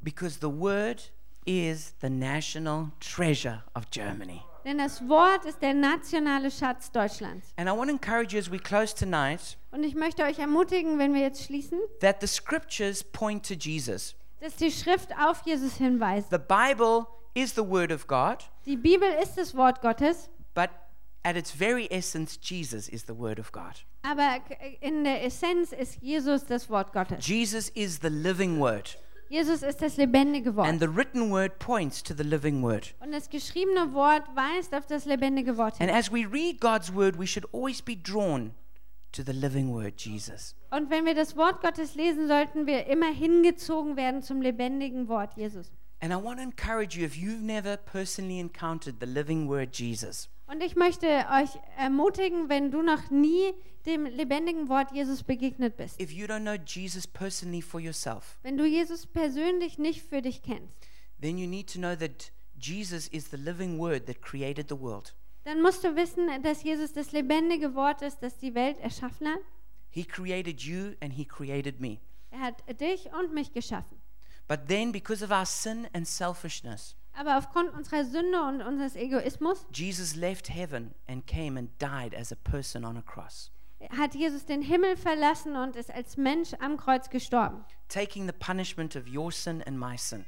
S1: Because the word is the national treasure of Germany.
S2: Denn das Wort ist der nationale Schatz Deutschlands.
S1: And I want to encourage you as we close tonight
S2: Und ich möchte euch ermutigen, wenn wir jetzt schließen,
S1: that the scriptures point to Jesus.
S2: dass die Schrift auf Jesus hinweist.
S1: The Bible is the word of God,
S2: Die Bibel ist das Wort Gottes,
S1: but at its very essence, Jesus is the word of God.
S2: aber in der Essenz ist Jesus das Wort Gottes.
S1: Jesus is the living word,
S2: Jesus ist das lebendige Wort.
S1: and the written word points to the living word.
S2: Und das geschriebene Wort weist auf das lebendige Wort
S1: And
S2: hin.
S1: as we read God's word, we should always be drawn to the living word, Jesus.
S2: Und wenn wir das Wort Gottes lesen, sollten wir immer hingezogen werden zum lebendigen Wort Jesus.
S1: And I want to encourage you if you've never personally encountered the living word, Jesus,
S2: Und ich möchte euch ermutigen, wenn du noch nie dem lebendigen Wort Jesus begegnet bist,
S1: if you don't know Jesus personally for yourself,
S2: wenn du Jesus persönlich nicht für dich kennst,
S1: then you need to know that Jesus is the living word that created the world.
S2: dann musst du wissen, dass Jesus das lebendige Wort ist, das die Welt erschaffen hat.
S1: He created you and He created me.
S2: Er hat dich und mich geschaffen.
S1: But then, because of our sin and selfishness,
S2: Aber aufgrund unserer Sünde und unseres Egoismus
S1: Jesus left heaven and came and died as a person on a cross,
S2: hat Jesus den Himmel verlassen und ist als Mensch am Kreuz gestorben,
S1: taking the punishment of your sin and my sin,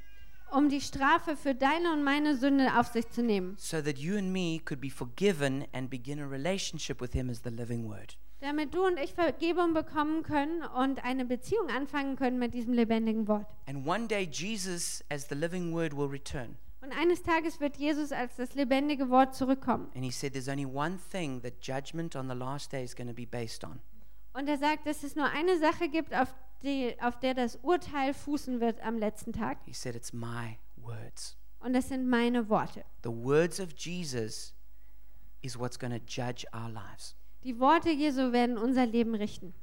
S2: um die Strafe für deine und meine Sünde auf sich zu nehmen,
S1: so that you and me could be forgiven and begin a relationship with Him as the living word.
S2: damit du und ich Vergebung bekommen können und eine Beziehung anfangen können mit diesem lebendigen Wort.
S1: And one day, Jesus, as the living word, will return.
S2: Und eines Tages wird Jesus als das lebendige Wort zurückkommen.
S1: And He said, There's only one thing that judgment on the last day is going to be based on,
S2: Und er sagt, dass es nur eine Sache gibt, auf, die, auf der das Urteil fußen wird am letzten Tag.
S1: He said, It's my words.
S2: Und das sind meine Worte.
S1: The words of Jesus is what's going to judge our lives.
S2: Die Worte Jesu werden unser Leben richten.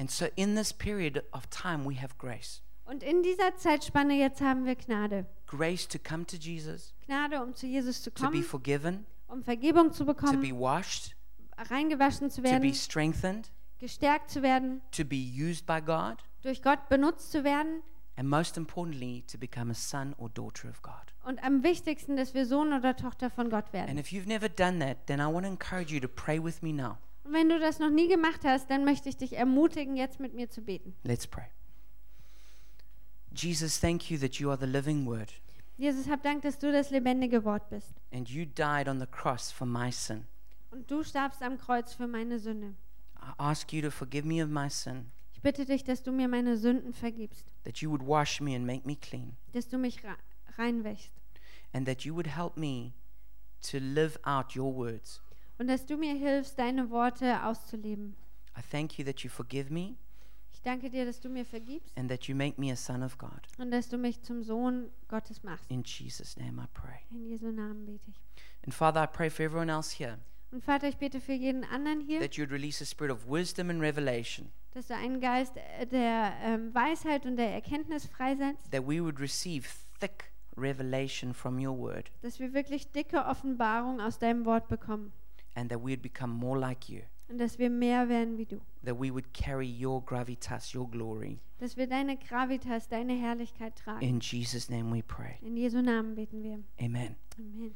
S1: And so, in this period of time, we have grace
S2: Und in dieser Zeitspanne jetzt haben wir Gnade.
S1: grace to come to Jesus,
S2: Gnade, um zu Jesus zu
S1: to be
S2: kommen,
S1: forgiven,
S2: um Vergebung zu
S1: to be
S2: bekommen,
S1: washed,
S2: reingewaschen zu
S1: to be
S2: werden,
S1: strengthened,
S2: gestärkt zu werden,
S1: to be used by God,
S2: durch Gott benutzt zu werden
S1: and most importantly, to become a son or daughter of God.
S2: und am wichtigsten, dass wir Sohn oder Tochter von Gott werden.
S1: And if you've never done that, then I want to encourage you to pray with me now.
S2: Und wenn du das noch nie gemacht hast, dann möchte ich dich ermutigen, jetzt mit mir zu beten.
S1: Let's pray. Jesus, thank you that you are the living word
S2: Jesus, hab Dank, dass du das lebendige Wort bist.
S1: and you died on the cross for my sin.
S2: Und du starbst am Kreuz für meine Sünde.
S1: I ask you to forgive me of my sin,
S2: Ich bitte dich, dass du mir meine Sünden vergibst,
S1: that you would wash me and make me clean,
S2: dass du mich ra- reinwäschst
S1: and that you would help me to live out your words.
S2: und dass du mir hilfst, deine Worte auszuleben.
S1: I thank you that you forgive me
S2: Ich danke dir, dass du mir vergibst
S1: and that you make me a son of God.
S2: und dass du mich zum Sohn Gottes machst.
S1: In Jesus' name I pray.
S2: In Jesu Namen bete ich.
S1: And Father, I pray for everyone else here
S2: Und Vater, ich bete für jeden anderen hier,
S1: that you would release a spirit of wisdom and revelation,
S2: dass du einen Geist äh, der ähm, Weisheit und der Erkenntnis freisetzt,
S1: that we would receive thick revelation from your word,
S2: dass wir wirklich dicke Offenbarung aus deinem Wort bekommen
S1: and that we would become more like you,
S2: und dass wir mehr werden wie du,
S1: that we would carry your gravitas, your glory.
S2: dass wir deine Gravitas, deine Herrlichkeit tragen.
S1: In Jesus' name we pray.
S2: In Jesu Namen beten wir.
S1: Amen.
S2: Amen.